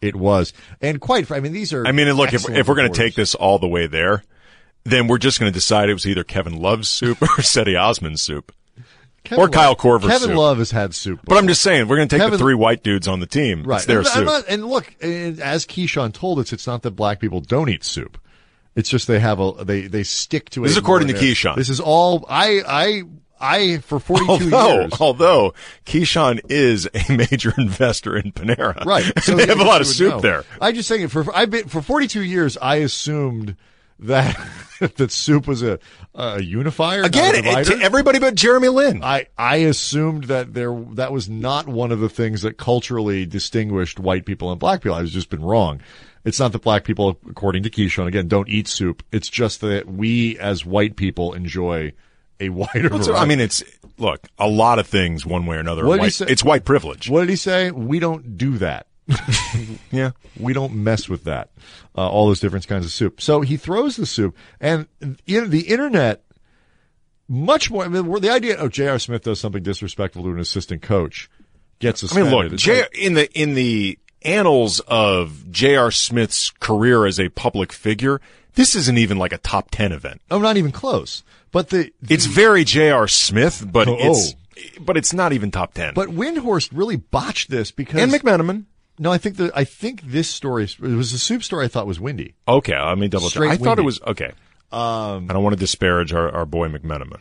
Speaker 1: it was, and quite. fr- I mean, these are.
Speaker 2: I mean, and look, if,
Speaker 1: excellent
Speaker 2: if we're going to
Speaker 1: reporters.
Speaker 2: take this all the way there, then we're just going to decide it was either Kevin Love's soup or Seti Osman's soup.
Speaker 1: Kevin
Speaker 2: or Kyle Korver's
Speaker 1: Kevin
Speaker 2: soup.
Speaker 1: Love has had soup,
Speaker 2: But I'm just saying, we're going to take
Speaker 1: Kevin-
Speaker 2: the three white dudes on the team.
Speaker 1: right.
Speaker 2: It's their
Speaker 1: and, I'm
Speaker 2: soup.
Speaker 1: not- and look, and as Keyshawn told us, it's not that black people don't eat soup. It's just they have a they they stick to it.
Speaker 2: This is according to Keyshawn. Oh,
Speaker 1: This is all I I I for 42
Speaker 2: although,
Speaker 1: years.
Speaker 2: although Keyshawn is a major investor in Panera,
Speaker 1: Right.
Speaker 2: they
Speaker 1: yeah,
Speaker 2: have a lot of
Speaker 1: you would
Speaker 2: soup
Speaker 1: know.
Speaker 2: there.
Speaker 1: I'm just saying for I've been for 42 years. I assumed that that soup was a a unifier not
Speaker 2: Again,
Speaker 1: a
Speaker 2: it-
Speaker 1: divider.
Speaker 2: to everybody but Jeremy Lin.
Speaker 1: I I assumed that there that was not one of the things that culturally distinguished white people and black people. I've just been wrong. It's not that black people, according to Keyshawn, again, don't eat soup. It's just that we as white people enjoy a wider.
Speaker 2: So,
Speaker 1: variety.
Speaker 2: I mean, it's look a lot of things one way or another. are
Speaker 1: What did he
Speaker 2: white-
Speaker 1: say?
Speaker 2: It's white privilege.
Speaker 1: what did he say? We don't do that.
Speaker 2: Yeah.
Speaker 1: We don't mess with that. Uh, all those different kinds of soup. So he throws the soup, and you know, the internet much more. I mean, the idea of J.R. Smith does something disrespectful to an assistant coach gets
Speaker 2: I mean,
Speaker 1: suspended.
Speaker 2: look,
Speaker 1: It's
Speaker 2: J- in the in the annals of J.R. Smith's career as a public figure, this isn't even like a top ten event.
Speaker 1: I'm Oh, not even close. But the
Speaker 2: It's very J.R. Smith, but
Speaker 1: Oh,
Speaker 2: it's but it's not even top ten.
Speaker 1: but Windhorst really botched this because
Speaker 2: and McMenamin.
Speaker 1: no, I think the I think this story it was the soup story I thought was windy.
Speaker 2: Okay, I mean double check.
Speaker 1: Straight
Speaker 2: I thought
Speaker 1: windy.
Speaker 2: it was okay. Um, I don't want to disparage our, our boy McMenamin.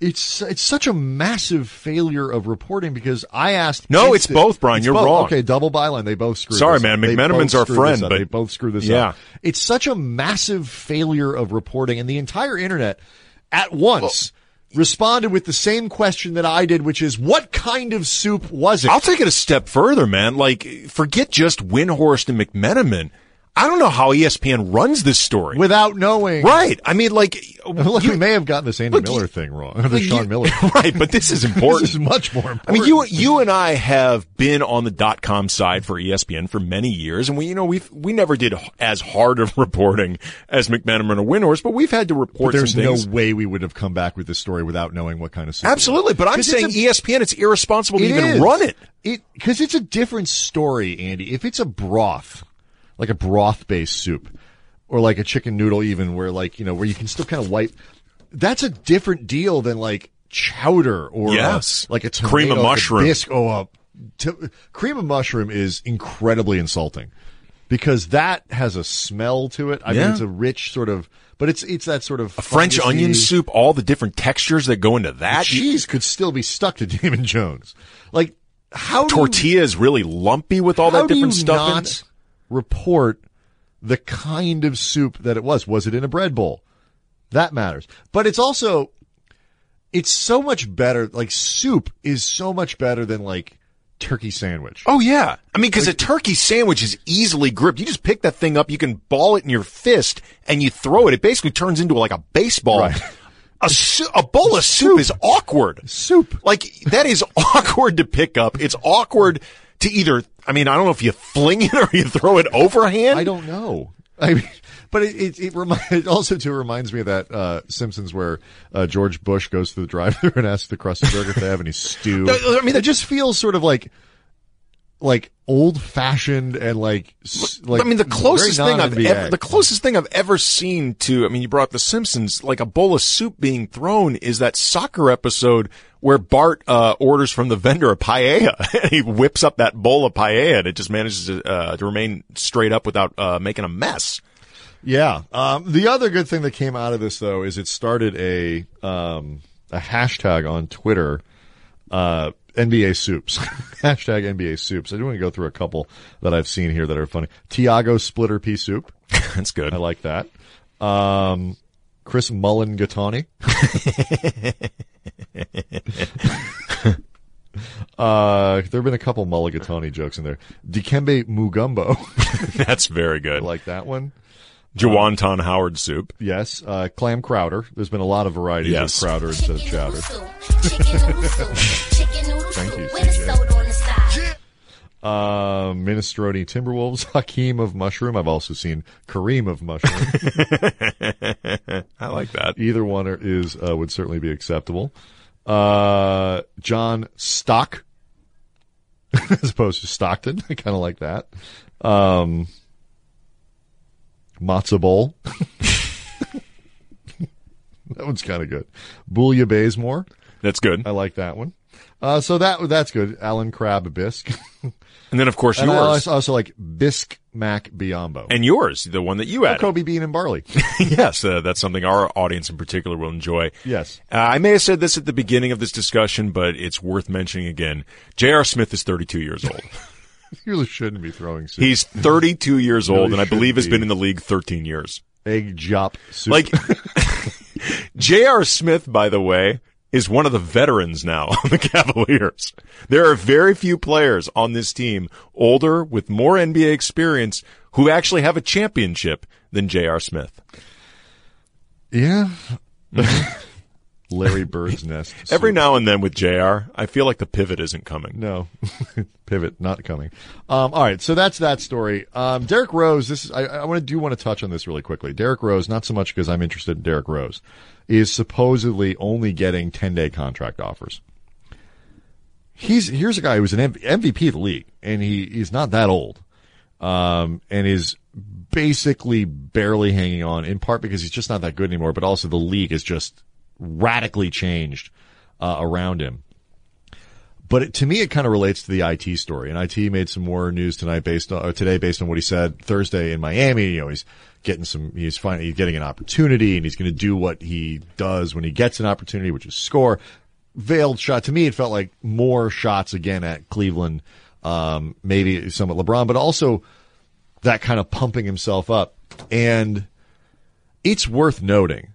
Speaker 1: It's it's such a massive failure of reporting because I asked.
Speaker 2: No, it's both, Brian. You're wrong.
Speaker 1: Okay, double byline. They both screwed.
Speaker 2: Sorry,
Speaker 1: this
Speaker 2: man.
Speaker 1: up. They
Speaker 2: McMenamin's
Speaker 1: both
Speaker 2: our
Speaker 1: screwed
Speaker 2: friend,
Speaker 1: this up.
Speaker 2: but-
Speaker 1: they both screwed this
Speaker 2: yeah.
Speaker 1: up. It's such a massive failure of reporting, and the entire internet at once responded with the same question that I did, which is, "What kind of soup was it?"
Speaker 2: I'll take it a step further, man. Like, forget just Windhorst and McMenamin. I don't know how E ESPN runs this story.
Speaker 1: without knowing.
Speaker 2: right. I mean, like,
Speaker 1: Look, we may have gotten this Andy
Speaker 2: look,
Speaker 1: Miller
Speaker 2: you-
Speaker 1: thing wrong. The
Speaker 2: Like,
Speaker 1: Sean
Speaker 2: you-
Speaker 1: Miller.
Speaker 2: right? But this is important.
Speaker 1: This is much more important.
Speaker 2: I mean, you you and I have been on the dot com side for E ESPN for many years, and we you know we we never did h- as hard of reporting as McMenamin or Windhorst, but we've had to report
Speaker 1: There's
Speaker 2: some
Speaker 1: no
Speaker 2: things.
Speaker 1: way we would have come back with this story without knowing what kind of soup.
Speaker 2: Absolutely, but I'm
Speaker 1: 'Cause
Speaker 2: saying E
Speaker 1: it's a-
Speaker 2: ESPN, it's irresponsible to
Speaker 1: It
Speaker 2: even
Speaker 1: is.
Speaker 2: run it.
Speaker 1: It because it's a different story, Andy. If it's a broth, like a broth-based soup, or like a chicken noodle, even where like you know where you can still kind of wipe, that's a different deal than like chowder or uh,
Speaker 2: Yes.
Speaker 1: like a tomato,
Speaker 2: Cream of
Speaker 1: like a
Speaker 2: mushroom.
Speaker 1: bisque, oh, uh, to- cream of mushroom is incredibly insulting because that has a smell to it. I mean,
Speaker 2: Yeah.
Speaker 1: it's a rich sort of, but it's it's that sort of
Speaker 2: French
Speaker 1: fungusy-
Speaker 2: onion soup, all the different textures that go into that.
Speaker 1: Cheese could still be stuck to Damon Jones, like. How do you-
Speaker 2: Tortilla is really lumpy with all
Speaker 1: how
Speaker 2: that
Speaker 1: do
Speaker 2: different
Speaker 1: you
Speaker 2: stuff. in
Speaker 1: not report the kind of soup that it was? Was it in a bread bowl? That matters. But it's also it's so much better. Like soup is so much better than like turkey sandwich.
Speaker 2: Oh yeah, I mean, because a turkey sandwich is easily gripped. You just pick that thing up, you can ball it in your fist, and you throw it. It basically turns into like a baseball.
Speaker 1: Right.
Speaker 2: a, su- a bowl of soup is awkward.
Speaker 1: Soup.
Speaker 2: Like that is awkward to pick up. It's awkward to either. I mean, I don't know if you fling it or you throw it overhand.
Speaker 1: I don't know. I mean, but it it, it, remind, it also too reminds me of that uh, Simpsons where uh, George Bush goes to the drive-thru and asks the Krusty Burger if they have any stew. I mean, that just feels sort of like like old-fashioned and like s- like.
Speaker 2: I mean, the closest
Speaker 1: very
Speaker 2: thing I've
Speaker 1: non-NBA.
Speaker 2: ever, the closest thing I've ever seen to, I mean, you brought up The Simpsons, like a bowl of soup being thrown is that soccer episode where Bart, uh, orders from the vendor a paella. he whips up that bowl of paella and it just manages to, uh, to remain straight up without, uh, making a mess.
Speaker 1: Yeah. Um, the other good thing that came out of this though is it started a um, a hashtag on Twitter, uh, NBA soups hashtag NBA soups. I do want to go through a couple that I've seen here that are funny. Tiago splitter pea soup.
Speaker 2: That's good.
Speaker 1: I like that. Um, Chris Mullen Gattani. uh, there have been a couple Mulligatawny jokes in there. Dikembe Mugumbo.
Speaker 2: That's very
Speaker 1: I
Speaker 2: good.
Speaker 1: like that one.
Speaker 2: Jawanton Howard soup.
Speaker 1: Yes. Uh, clam Crowder. There's been a lot of varieties
Speaker 2: Yes.
Speaker 1: of Crowder instead of chowder.
Speaker 3: Thank
Speaker 1: you, CJ.
Speaker 3: CJ.
Speaker 1: Uh, Minestrone Timberwolves. Hakeem of Mushroom. I've also seen Kareem of Mushroom.
Speaker 2: I like that.
Speaker 1: Either one are, is uh, would certainly be acceptable. Uh, John Stock, as opposed to Stockton. I kind of like that. Um, matzo bowl. that one's kind of good. Booyah Baysmore.
Speaker 2: That's good.
Speaker 1: I like that one. Uh, so that that's good. Alan Crab Bisque.
Speaker 2: And then of course
Speaker 1: and I
Speaker 2: yours.
Speaker 1: also, also like Bisque Mac Biombo.
Speaker 2: And yours, the one that you added.
Speaker 1: Kobe Bean and Barley.
Speaker 2: yes, uh, that's something our audience in particular will enjoy.
Speaker 1: Yes.
Speaker 2: Uh, I may have said this at the beginning of this discussion, but it's worth mentioning again. J.R. Smith is 32 years old.
Speaker 1: you really shouldn't be throwing soup.
Speaker 2: He's 32 years old,
Speaker 1: he
Speaker 2: and I believe has
Speaker 1: should
Speaker 2: been
Speaker 1: be.
Speaker 2: in the league 13 years.
Speaker 1: Egg Jop soup.
Speaker 2: Like, J.R. Smith, by the way, is one of the veterans now on the Cavaliers. There are very few players on this team older with more NBA experience who actually have a championship than J.R. Smith.
Speaker 1: Yeah. Larry Bird's Nest.
Speaker 2: Every
Speaker 1: soup.
Speaker 2: now and then with JR, I feel like the pivot isn't coming.
Speaker 1: no pivot not coming. Um, all right, so that's that story. Um, Derek Rose. This is, I, I want to do want to touch on this really quickly. Derek Rose, not so much because I'm interested in Derek Rose, is supposedly only getting 10 day contract offers. He's here's a guy who was an M- MVP of the league, and he he's not that old, um, and is basically barely hanging on. In part because he's just not that good anymore, but also the league has just radically changed uh, around him. But it, to me, it kind of relates to the IT story. And IT made some more news tonight based on, or today based on what he said Thursday in Miami. You know, he's getting some, he's finally he's getting an opportunity and he's going to do what he does when he gets an opportunity, which is score. Veiled shot. To me, it felt like more shots again at Cleveland. Um, maybe some at LeBron, but also that kind of pumping himself up. And it's worth noting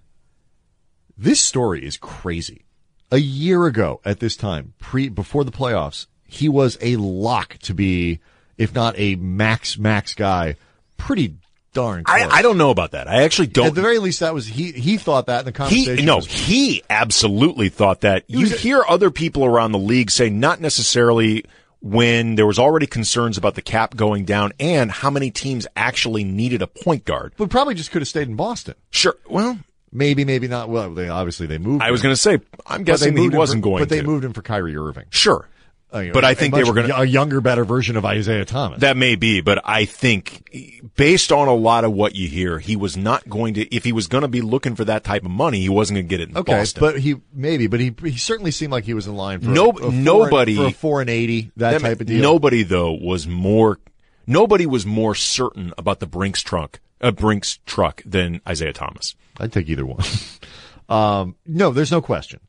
Speaker 1: this story is crazy. A year ago at this time, pre before the playoffs, he was a lock to be, if not a max max guy, pretty darn close.
Speaker 2: I, I don't know about that. I actually
Speaker 1: at
Speaker 2: don't.
Speaker 1: the very least, that was he. He thought that in the conversation.
Speaker 2: He no,
Speaker 1: was-
Speaker 2: he absolutely thought that. You hear other people around the league say not necessarily when there was already concerns about the cap going down and how many teams actually needed a point guard.
Speaker 1: but probably just could have stayed in Boston.
Speaker 2: Sure. Well,
Speaker 1: Maybe, maybe not. Well, they obviously they moved.
Speaker 2: I was
Speaker 1: him.
Speaker 2: going to say I'm
Speaker 1: But they
Speaker 2: guessing that he
Speaker 1: moved him
Speaker 2: wasn't
Speaker 1: for-
Speaker 2: going
Speaker 1: But they
Speaker 2: to.
Speaker 1: moved him for Kyrie Irving.
Speaker 2: Sure.
Speaker 1: Uh, you know,
Speaker 2: But I
Speaker 1: a
Speaker 2: think they
Speaker 1: much
Speaker 2: were gonna-
Speaker 1: y- a younger, better version of Isaiah Thomas.
Speaker 2: That may be, but I think based on a lot of what you hear, he was not going to, if he was going to be looking for that type of money, he wasn't going to get it in
Speaker 1: Okay,
Speaker 2: Boston.
Speaker 1: but he maybe, but he he certainly seemed like he was in line for
Speaker 2: No-
Speaker 1: a, a four,
Speaker 2: nobody-
Speaker 1: for a four and eighty that,
Speaker 2: That
Speaker 1: type
Speaker 2: ma-
Speaker 1: of deal.
Speaker 2: Nobody though was more, nobody was more certain about the Brinks trunk, uh, Brinks truck than Isaiah Thomas.
Speaker 1: I'd take either one. um, no, there's no question.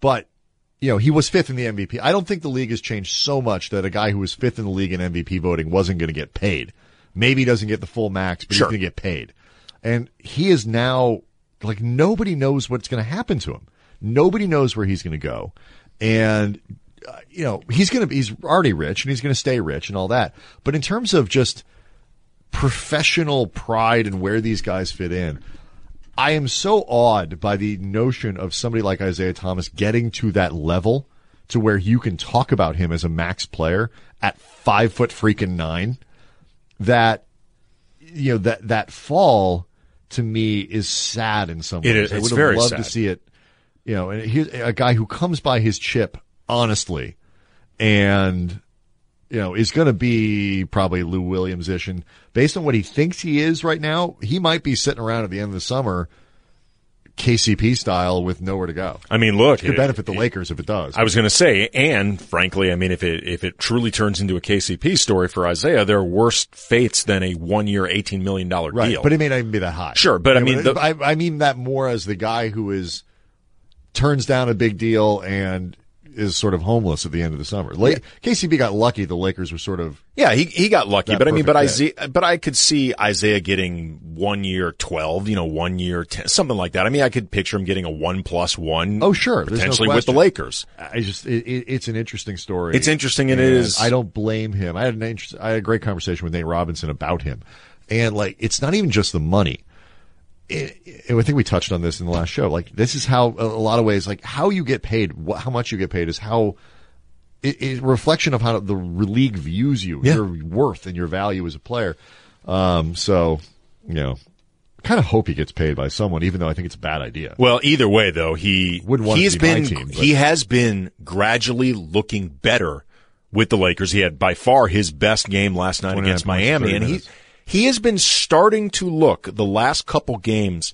Speaker 1: But you know, he was fifth in the MVP. I don't think the league has changed so much that a guy who was fifth in the league in MVP voting wasn't going to get paid. Maybe he doesn't get the full max, but
Speaker 2: Sure.
Speaker 1: he's going to get paid. And he is now like nobody knows what's going to happen to him. Nobody knows where he's going to go, and uh, you know he's going to be he's already rich and he's going to stay rich and all that. But in terms of just professional pride and where these guys fit in. I am so awed by the notion of somebody like Isaiah Thomas getting to that level to where you can talk about him as a max player at five foot freaking nine that you know that that fall to me is sad in some ways.
Speaker 2: It is.
Speaker 1: I would
Speaker 2: It's
Speaker 1: have
Speaker 2: very
Speaker 1: loved to
Speaker 2: sad.
Speaker 1: see it. You know, and here's a guy who comes by his chip honestly, and you know is going to be probably Lou Williams ish, and based on what he thinks he is right now, he might be sitting around at the end of the summer, KCP style with nowhere to go.
Speaker 2: I mean, look,
Speaker 1: Could
Speaker 2: it-
Speaker 1: benefit the Lakers if it does.
Speaker 2: I was going to say, and frankly, I mean, if it if it truly turns into a KCP story for Isaiah, there are worse fates than a one year, eighteen million dollar
Speaker 1: Right,
Speaker 2: deal.
Speaker 1: but it may not even be that high.
Speaker 2: Sure, but I
Speaker 1: You know,
Speaker 2: mean, the-
Speaker 1: I, I mean that more as the guy who is turns down a big deal and is sort of homeless at the end of the summer. Like, KCB got lucky; the Lakers were sort of
Speaker 2: yeah, he he got lucky,
Speaker 1: That
Speaker 2: but I mean, but
Speaker 1: perfect
Speaker 2: Isaiah, but I could see Isaiah getting one year twelve, you know, one year ten, something like that. I mean, I could picture him getting a one plus one.
Speaker 1: Oh, sure. There's no
Speaker 2: potentially with the
Speaker 1: question.
Speaker 2: Lakers.
Speaker 1: I just it, it, it's an interesting story.
Speaker 2: It's interesting, and it is-
Speaker 1: I don't blame him. I had an interest, I had a great conversation with Nate Robinson about him, and like it's not even just the money. It, it- I think we touched on this in the last show. Like this is how a lot of ways like how you get paid, what, how much you get paid is how it, it's a reflection of how the league views you, your worth and your value as a player. Um, so you know, kind of hope he gets paid by someone, even though I think it's a bad idea.
Speaker 2: Well, either way, though, he
Speaker 1: Would want
Speaker 2: he's
Speaker 1: to be my
Speaker 2: been
Speaker 1: team, but-
Speaker 2: he has been gradually looking better with the Lakers. He had by far his best game last night
Speaker 1: 29
Speaker 2: against
Speaker 1: points in
Speaker 2: Miami,
Speaker 1: 30
Speaker 2: and he
Speaker 1: minutes.
Speaker 2: he has been starting to look the last couple games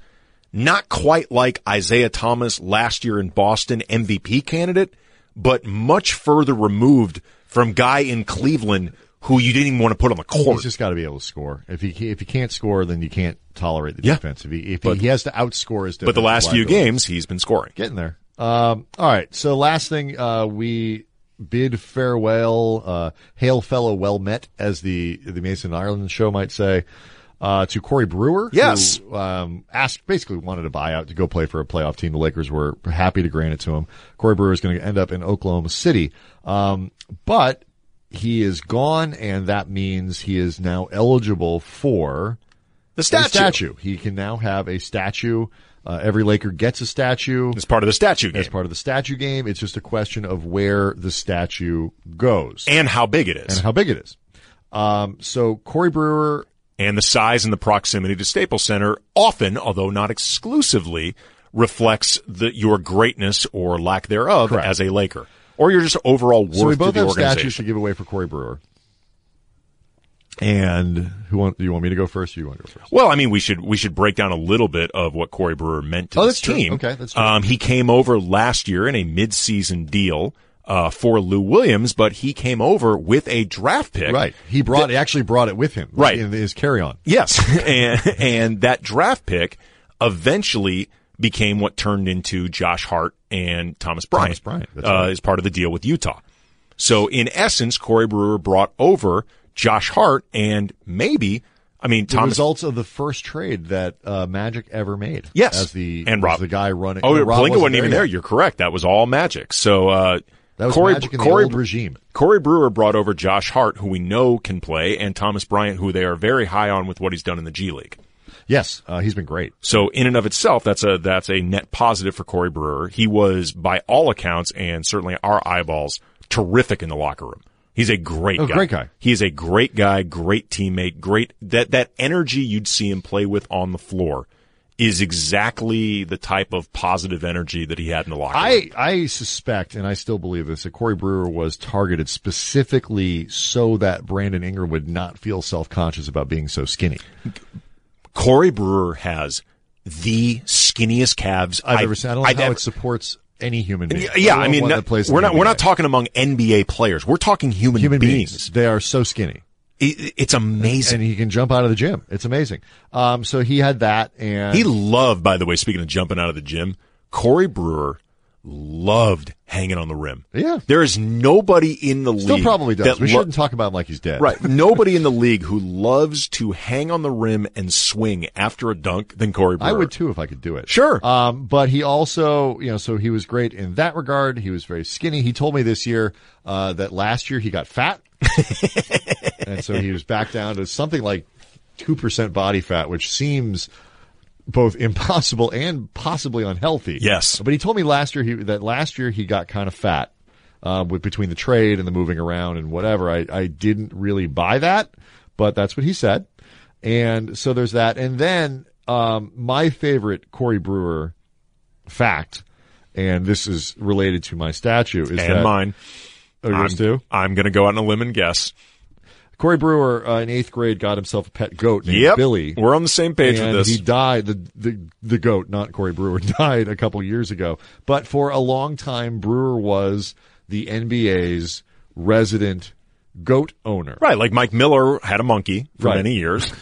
Speaker 2: not quite like Isaiah Thomas last year in Boston MVP candidate, but much further removed from guy in Cleveland who you didn't even want to put on the court.
Speaker 1: He's just got to be able to score. If he if he can't score, then you can't tolerate the
Speaker 2: Yeah.
Speaker 1: defense. If he if he, he has to outscore his defense.
Speaker 2: but the last few games, he's been scoring.
Speaker 1: getting there. Um, all right. So last thing, uh, we bid farewell, uh, hail fellow well met, as the the Mason Ireland show might say. Uh, to Corey Brewer,
Speaker 2: Yes.
Speaker 1: who, um, asked basically wanted a buyout to go play for a playoff team. The Lakers were happy to grant it to him. Corey Brewer is going to end up in Oklahoma City, um, but he is gone, and that means he is now eligible for
Speaker 2: The statue.
Speaker 1: a statue. He can now have a statue. Uh, every Laker gets a statue
Speaker 2: It's part of the statue game.
Speaker 1: as part of the statue game. It's just a question of where the statue goes
Speaker 2: and how big it is.
Speaker 1: and how big it is. Um, so Corey Brewer,
Speaker 2: and the size and the proximity to Staples Center often, although not exclusively, reflects the, your greatness or lack thereof
Speaker 1: Correct.
Speaker 2: as a Laker, or your just overall worth
Speaker 1: so we
Speaker 2: to
Speaker 1: both
Speaker 2: the
Speaker 1: have statues
Speaker 2: organization.
Speaker 1: to give away for Corey Brewer. And who want, do you want me to go first? Or you want to go first?
Speaker 2: Well, I mean, we should we should break down a little bit of what Corey Brewer meant to
Speaker 1: Oh,
Speaker 2: this
Speaker 1: that's true.
Speaker 2: team.
Speaker 1: Okay, that's true.
Speaker 2: Um, he came over last year in a midseason deal uh, for Lou Williams, but he came over with a draft pick.
Speaker 1: Right. He brought he actually brought it with him.
Speaker 2: Right.
Speaker 1: in his carry on.
Speaker 2: Yes, and and that draft pick eventually became what turned into Josh Hart and Thomas Bryant.
Speaker 1: Bryant, that's
Speaker 2: uh, as part of the deal with Utah. So in essence, Corey Brewer brought over Josh Hart and maybe, I mean,
Speaker 1: The
Speaker 2: Thomas.
Speaker 1: results of the first trade that uh, Magic ever made.
Speaker 2: Yes.
Speaker 1: as the
Speaker 2: And
Speaker 1: as
Speaker 2: Rob.
Speaker 1: the guy running.
Speaker 2: oh,
Speaker 1: no, Rob
Speaker 2: Blinka wasn't even
Speaker 1: yet.
Speaker 2: there. You're correct. That was all Magic. So uh,
Speaker 1: That was
Speaker 2: Corey
Speaker 1: Magic in
Speaker 2: Corey
Speaker 1: the old regime.
Speaker 2: Corey Brewer brought over Josh Hart, who we know can play, and Thomas Bryant, who they are very high on with what he's done in the G League.
Speaker 1: Yes, uh, he's been great.
Speaker 2: So in and of itself, that's a that's a net positive for Corey Brewer. He was, by all accounts, and certainly our eyeballs, terrific in the locker room. He's a great
Speaker 1: Oh,
Speaker 2: guy.
Speaker 1: great guy.
Speaker 2: He is a great guy, great teammate, great that that energy you'd see him play with on the floor is exactly the type of positive energy that he had in the locker room.
Speaker 1: I, I suspect, and I still believe this, that Corey Brewer was targeted specifically so that Brandon Ingram would not feel self conscious about being so skinny.
Speaker 2: Corey Brewer has the skinniest calves
Speaker 1: I've ever seen. I don't know
Speaker 2: I've
Speaker 1: how
Speaker 2: ever-
Speaker 1: it supports any human being.
Speaker 2: yeah,
Speaker 1: let
Speaker 2: I
Speaker 1: alone
Speaker 2: mean,
Speaker 1: one
Speaker 2: not-
Speaker 1: that plays in
Speaker 2: we're
Speaker 1: the
Speaker 2: not
Speaker 1: NBA.
Speaker 2: we're not talking among NBA players. We're talking human,
Speaker 1: human beings.
Speaker 2: beings.
Speaker 1: They are so skinny.
Speaker 2: It, it's amazing.
Speaker 1: And he can jump out of the gym. It's amazing. Um, so he had that, and
Speaker 2: He loved, by the way, speaking of jumping out of the gym, Corey Brewer loved hanging on the rim.
Speaker 1: Yeah.
Speaker 2: There is nobody in the
Speaker 1: still
Speaker 2: league.
Speaker 1: probably does.
Speaker 2: that
Speaker 1: We
Speaker 2: lo-
Speaker 1: shouldn't talk about him like he's dead.
Speaker 2: Right. Nobody in the league who loves to hang on the rim and swing after a dunk than Corey Brewer.
Speaker 1: I would too if I could do it.
Speaker 2: Sure.
Speaker 1: Um, but he also, you know, so he was great in that regard. He was very skinny. He told me this year uh, that last year he got fat, and so he was back down to something like two percent body fat, which seems both impossible and possibly unhealthy.
Speaker 2: Yes.
Speaker 1: But he told me last year he, that last year he got kind of fat uh, with between the trade and the moving around and whatever. I, I didn't really buy that, but that's what he said. And so there's that. And then um, my favorite Corey Brewer fact, and this is related to my statue, is
Speaker 2: and
Speaker 1: that
Speaker 2: mine.
Speaker 1: Oh, yours
Speaker 2: I'm,
Speaker 1: too?
Speaker 2: I'm going to go out on a limb and guess.
Speaker 1: Corey Brewer uh, in eighth grade got himself a pet goat named
Speaker 2: Yep.
Speaker 1: Billy.
Speaker 2: We're on the same page
Speaker 1: and
Speaker 2: with this.
Speaker 1: he died the, the the goat not corey brewer died a couple years ago but for a long time brewer was the nba's resident goat owner
Speaker 2: right. Like Mike Miller had a monkey for
Speaker 1: Right.
Speaker 2: many years.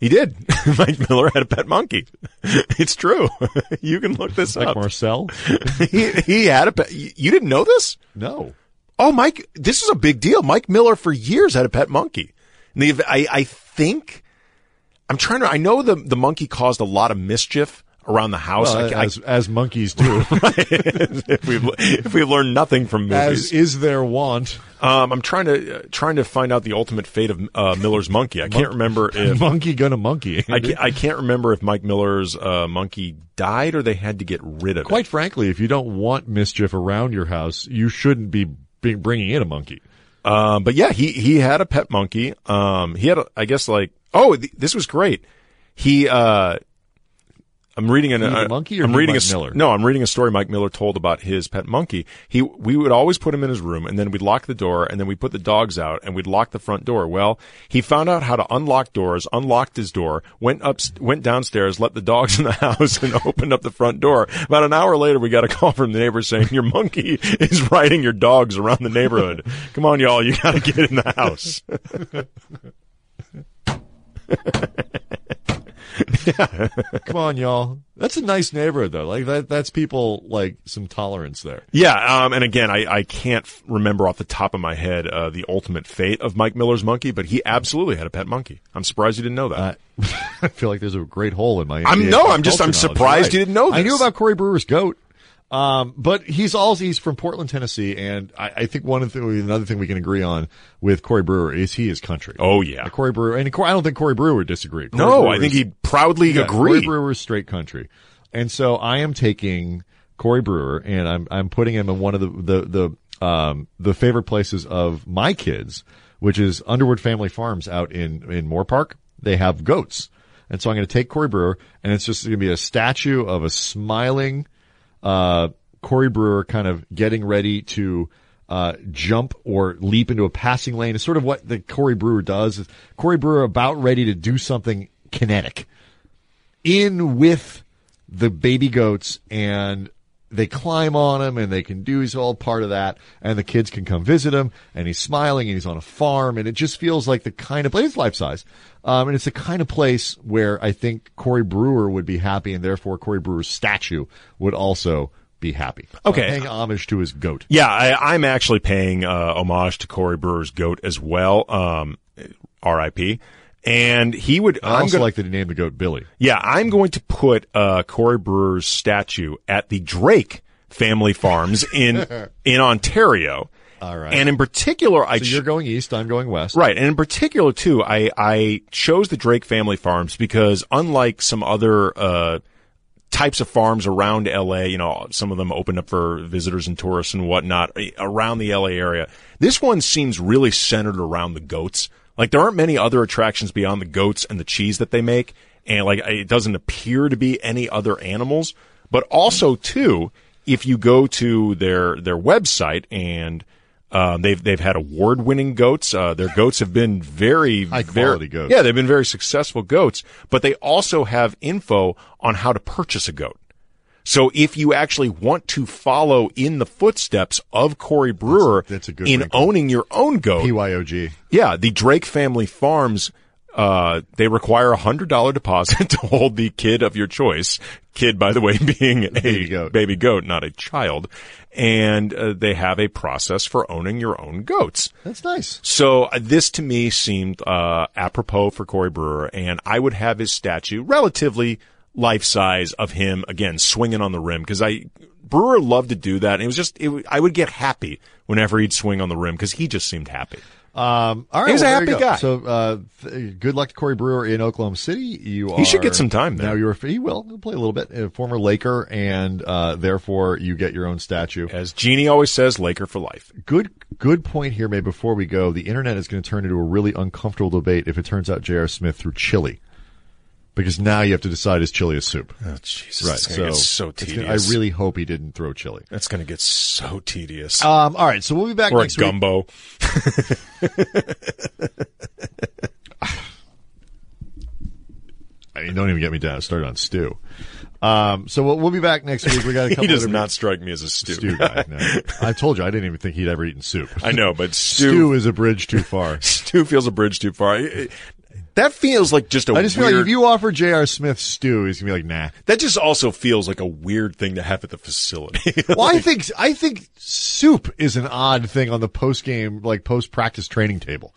Speaker 2: He did. Mike Miller had a pet monkey. It's true. you can look this
Speaker 1: like
Speaker 2: up.
Speaker 1: marcel
Speaker 2: he, he had a pet. You you didn't know this?
Speaker 1: no
Speaker 2: Oh, Mike, this is a big deal. Mike Miller for years had a pet monkey. And the, I, I think I'm trying to. I know the the monkey caused a lot of mischief around the house.
Speaker 1: Uh,
Speaker 2: I, I,
Speaker 1: as, as monkeys do
Speaker 2: if we've if we've learned nothing from
Speaker 1: as
Speaker 2: movies,
Speaker 1: is their wont
Speaker 2: um, I'm trying to uh, trying to find out the ultimate fate of uh, Miller's monkey. I can't remember if
Speaker 1: monkey gonna monkey
Speaker 2: I can't, I can't remember if Mike Miller's uh, monkey died or they had to get rid of
Speaker 1: quite frankly if you don't want mischief around your house you shouldn't be bring- bringing in a monkey
Speaker 2: it. Um, but yeah, he he had a pet monkey. Um, he had a, I guess like oh th- this was great. He uh, I'm reading an,
Speaker 1: the
Speaker 2: uh,
Speaker 1: monkey or
Speaker 2: I'm
Speaker 1: he,
Speaker 2: reading
Speaker 1: Mike
Speaker 2: a s-
Speaker 1: Miller?
Speaker 2: no, I'm reading a story Mike Miller told about his pet monkey. He we would always put him in his room and then we'd lock the door and then we'd put the dogs out and we'd lock the front door. Well, he found out how to unlock doors, unlocked his door, went up went downstairs, let the dogs in the house and opened up the front door. About an hour later we got a call from the neighbors saying your monkey is riding your dogs around the neighborhood. Come on y'all, you got to get in the house.
Speaker 1: come on y'all that's a nice neighborhood though like that that's people like some tolerance there
Speaker 2: Yeah, um, and again, I, I can't f- remember off the top of my head uh, the ultimate fate of Mike Miller's monkey, but he absolutely had a pet monkey. I'm surprised you didn't know that.
Speaker 1: I, I feel like there's a great hole in my.
Speaker 2: I'm-
Speaker 1: NBA
Speaker 2: no, I'm just-
Speaker 1: culture
Speaker 2: I'm
Speaker 1: knowledge.
Speaker 2: surprised you didn't know
Speaker 1: I knew
Speaker 2: this.
Speaker 1: about Corey Brewer's goat, um, but he's also he's from Portland, Tennessee, and I, I think one of the, another thing we can agree on with Corey Brewer is he is country.
Speaker 2: oh yeah,
Speaker 1: Corey Brewer, and Corey, I don't think Corey Brewer would disagree. Corey
Speaker 2: no,
Speaker 1: Brewer
Speaker 2: I think
Speaker 1: is-
Speaker 2: he proudly
Speaker 1: yeah, Corey
Speaker 2: agreed.
Speaker 1: Brewer is straight country, and so I am taking Corey Brewer, and I'm I'm putting him in one of the the the um the favorite places of my kids, which is Underwood Family Farms out in in Moore Park. They have goats, and so I'm going to take Corey Brewer, and it's just going to be a statue of a smiling uh, Corey Brewer kind of getting ready to uh, jump or leap into a passing lane is sort of what the Corey Brewer does. Corey Brewer about ready to do something kinetic in with the baby goats and they climb on him and they can do he's all part of that and the kids can come visit him and he's smiling and he's on a farm and it just feels like the kind of place it's life size um, and it's the kind of place where i think corey brewer would be happy and therefore corey brewer's statue would also be happy So
Speaker 2: Okay.
Speaker 1: paying homage to his goat
Speaker 2: Yeah, I, I'm actually paying uh, homage to Corey Brewer's goat as well. Um, R.I.P. And he would.
Speaker 1: i
Speaker 2: I'm
Speaker 1: also
Speaker 2: gonna,
Speaker 1: like that he named the goat billy
Speaker 2: yeah, I'm going to put uh, Corey Brewer's statue at the Drake Family Farms in in Ontario.
Speaker 1: all right
Speaker 2: And in particular, I
Speaker 1: so
Speaker 2: ch-
Speaker 1: you're going east i'm going west
Speaker 2: Right. And in particular, too, I, I chose the Drake Family Farms because unlike some other, uh, types of farms around LA, you know, some of them opened up for visitors and tourists and whatnot eh, around the LA area. This one seems really centered around the goats. Like there aren't many other attractions beyond the goats and the cheese that they make. And like it doesn't appear to be any other animals, but also too, if you go to their, their website and um, they've they've had award winning goats. Uh, their goats have been very high
Speaker 1: quality goats.
Speaker 2: Yeah, they've been very successful goats. But they also have info on how to purchase a goat. So if you actually want to follow in the footsteps of Corey Brewer
Speaker 1: that's a good
Speaker 2: in
Speaker 1: wrinkle.
Speaker 2: owning your own goat,
Speaker 1: pyog
Speaker 2: yeah, the Drake family farms. Uh, they require a hundred dollar deposit to hold the kid of your choice. Kid, by the way, being a baby
Speaker 1: goat.
Speaker 2: not a child. And uh, they have a process for owning your own goats.
Speaker 1: that's nice
Speaker 2: So uh, this to me seemed uh, apropos for Corey Brewer, and I would have his statue relatively life size of him again swinging on the rim because I Brewer loved to do that, and it was just it, w- I would get happy whenever he'd swing on the rim because he just seemed happy.
Speaker 1: Um, all right,
Speaker 2: He's a
Speaker 1: well, there you
Speaker 2: happy
Speaker 1: go.
Speaker 2: guy.
Speaker 1: So, uh, th- good luck to Corey Brewer in Oklahoma City. You are,
Speaker 2: He should get some time there.
Speaker 1: Now you're he will He'll play a little bit. A former Laker, and uh, therefore you get your own statue.
Speaker 2: As Jeannie always says, Laker for life.
Speaker 1: Good, good point here. Made before we go, the internet is going to turn into a really uncomfortable debate if it turns out J.R. Smith threw chili, because now you have to decide is chili a soup.
Speaker 2: Oh, Jesus.
Speaker 1: Right.
Speaker 2: It's
Speaker 1: so
Speaker 2: going to get so
Speaker 1: it's
Speaker 2: tedious.
Speaker 1: gonna- I really hope he didn't throw chili.
Speaker 2: That's going to get so tedious.
Speaker 1: Um, all right, so we'll be back
Speaker 2: or a
Speaker 1: next week.
Speaker 2: gumbo.
Speaker 1: I mean, don't even get me down. Start on stew. Um, so we'll, we'll be back next week. We got a couple
Speaker 2: He does
Speaker 1: other-
Speaker 2: not strike me as a stew.
Speaker 1: stew guy. No. I told you I didn't even think he'd ever eaten soup.
Speaker 2: I know, but
Speaker 1: stew,
Speaker 2: stew,
Speaker 1: is a bridge too far.
Speaker 2: stew feels a bridge too far. I- I- That feels like just a
Speaker 1: I just feel
Speaker 2: weird.
Speaker 1: like if you offer J.R. Smith stew, he's gonna be like, nah.
Speaker 2: that just also feels like a weird thing to have at the facility.
Speaker 1: Well, I think I think soup is an odd thing on the post game, like post practice training table.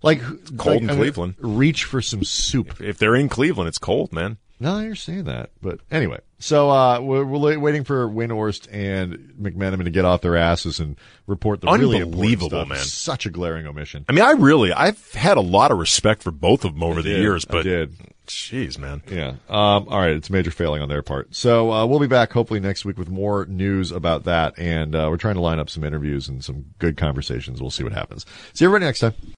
Speaker 1: Like
Speaker 2: cold
Speaker 1: like,
Speaker 2: in
Speaker 1: I mean,
Speaker 2: Cleveland.
Speaker 1: reach for some soup.
Speaker 2: if they're in Cleveland, it's cold, man.
Speaker 1: No, I understand that, but anyway. So uh, we're, we're la- waiting for Winhorst and McMenamin to get off their asses and report the really important
Speaker 2: Unbelievable,
Speaker 1: stuff.
Speaker 2: man.
Speaker 1: Such a glaring omission.
Speaker 2: I mean, I really, I've had a lot of respect for both of them over the
Speaker 1: did.
Speaker 2: years,
Speaker 1: I
Speaker 2: but
Speaker 1: did.
Speaker 2: jeez, man.
Speaker 1: Yeah. Um, all right. It's a major failing on their part. So uh, we'll be back hopefully next week with more news about that, and uh, we're trying to line up some interviews and some good conversations. We'll see what happens. See everybody next time.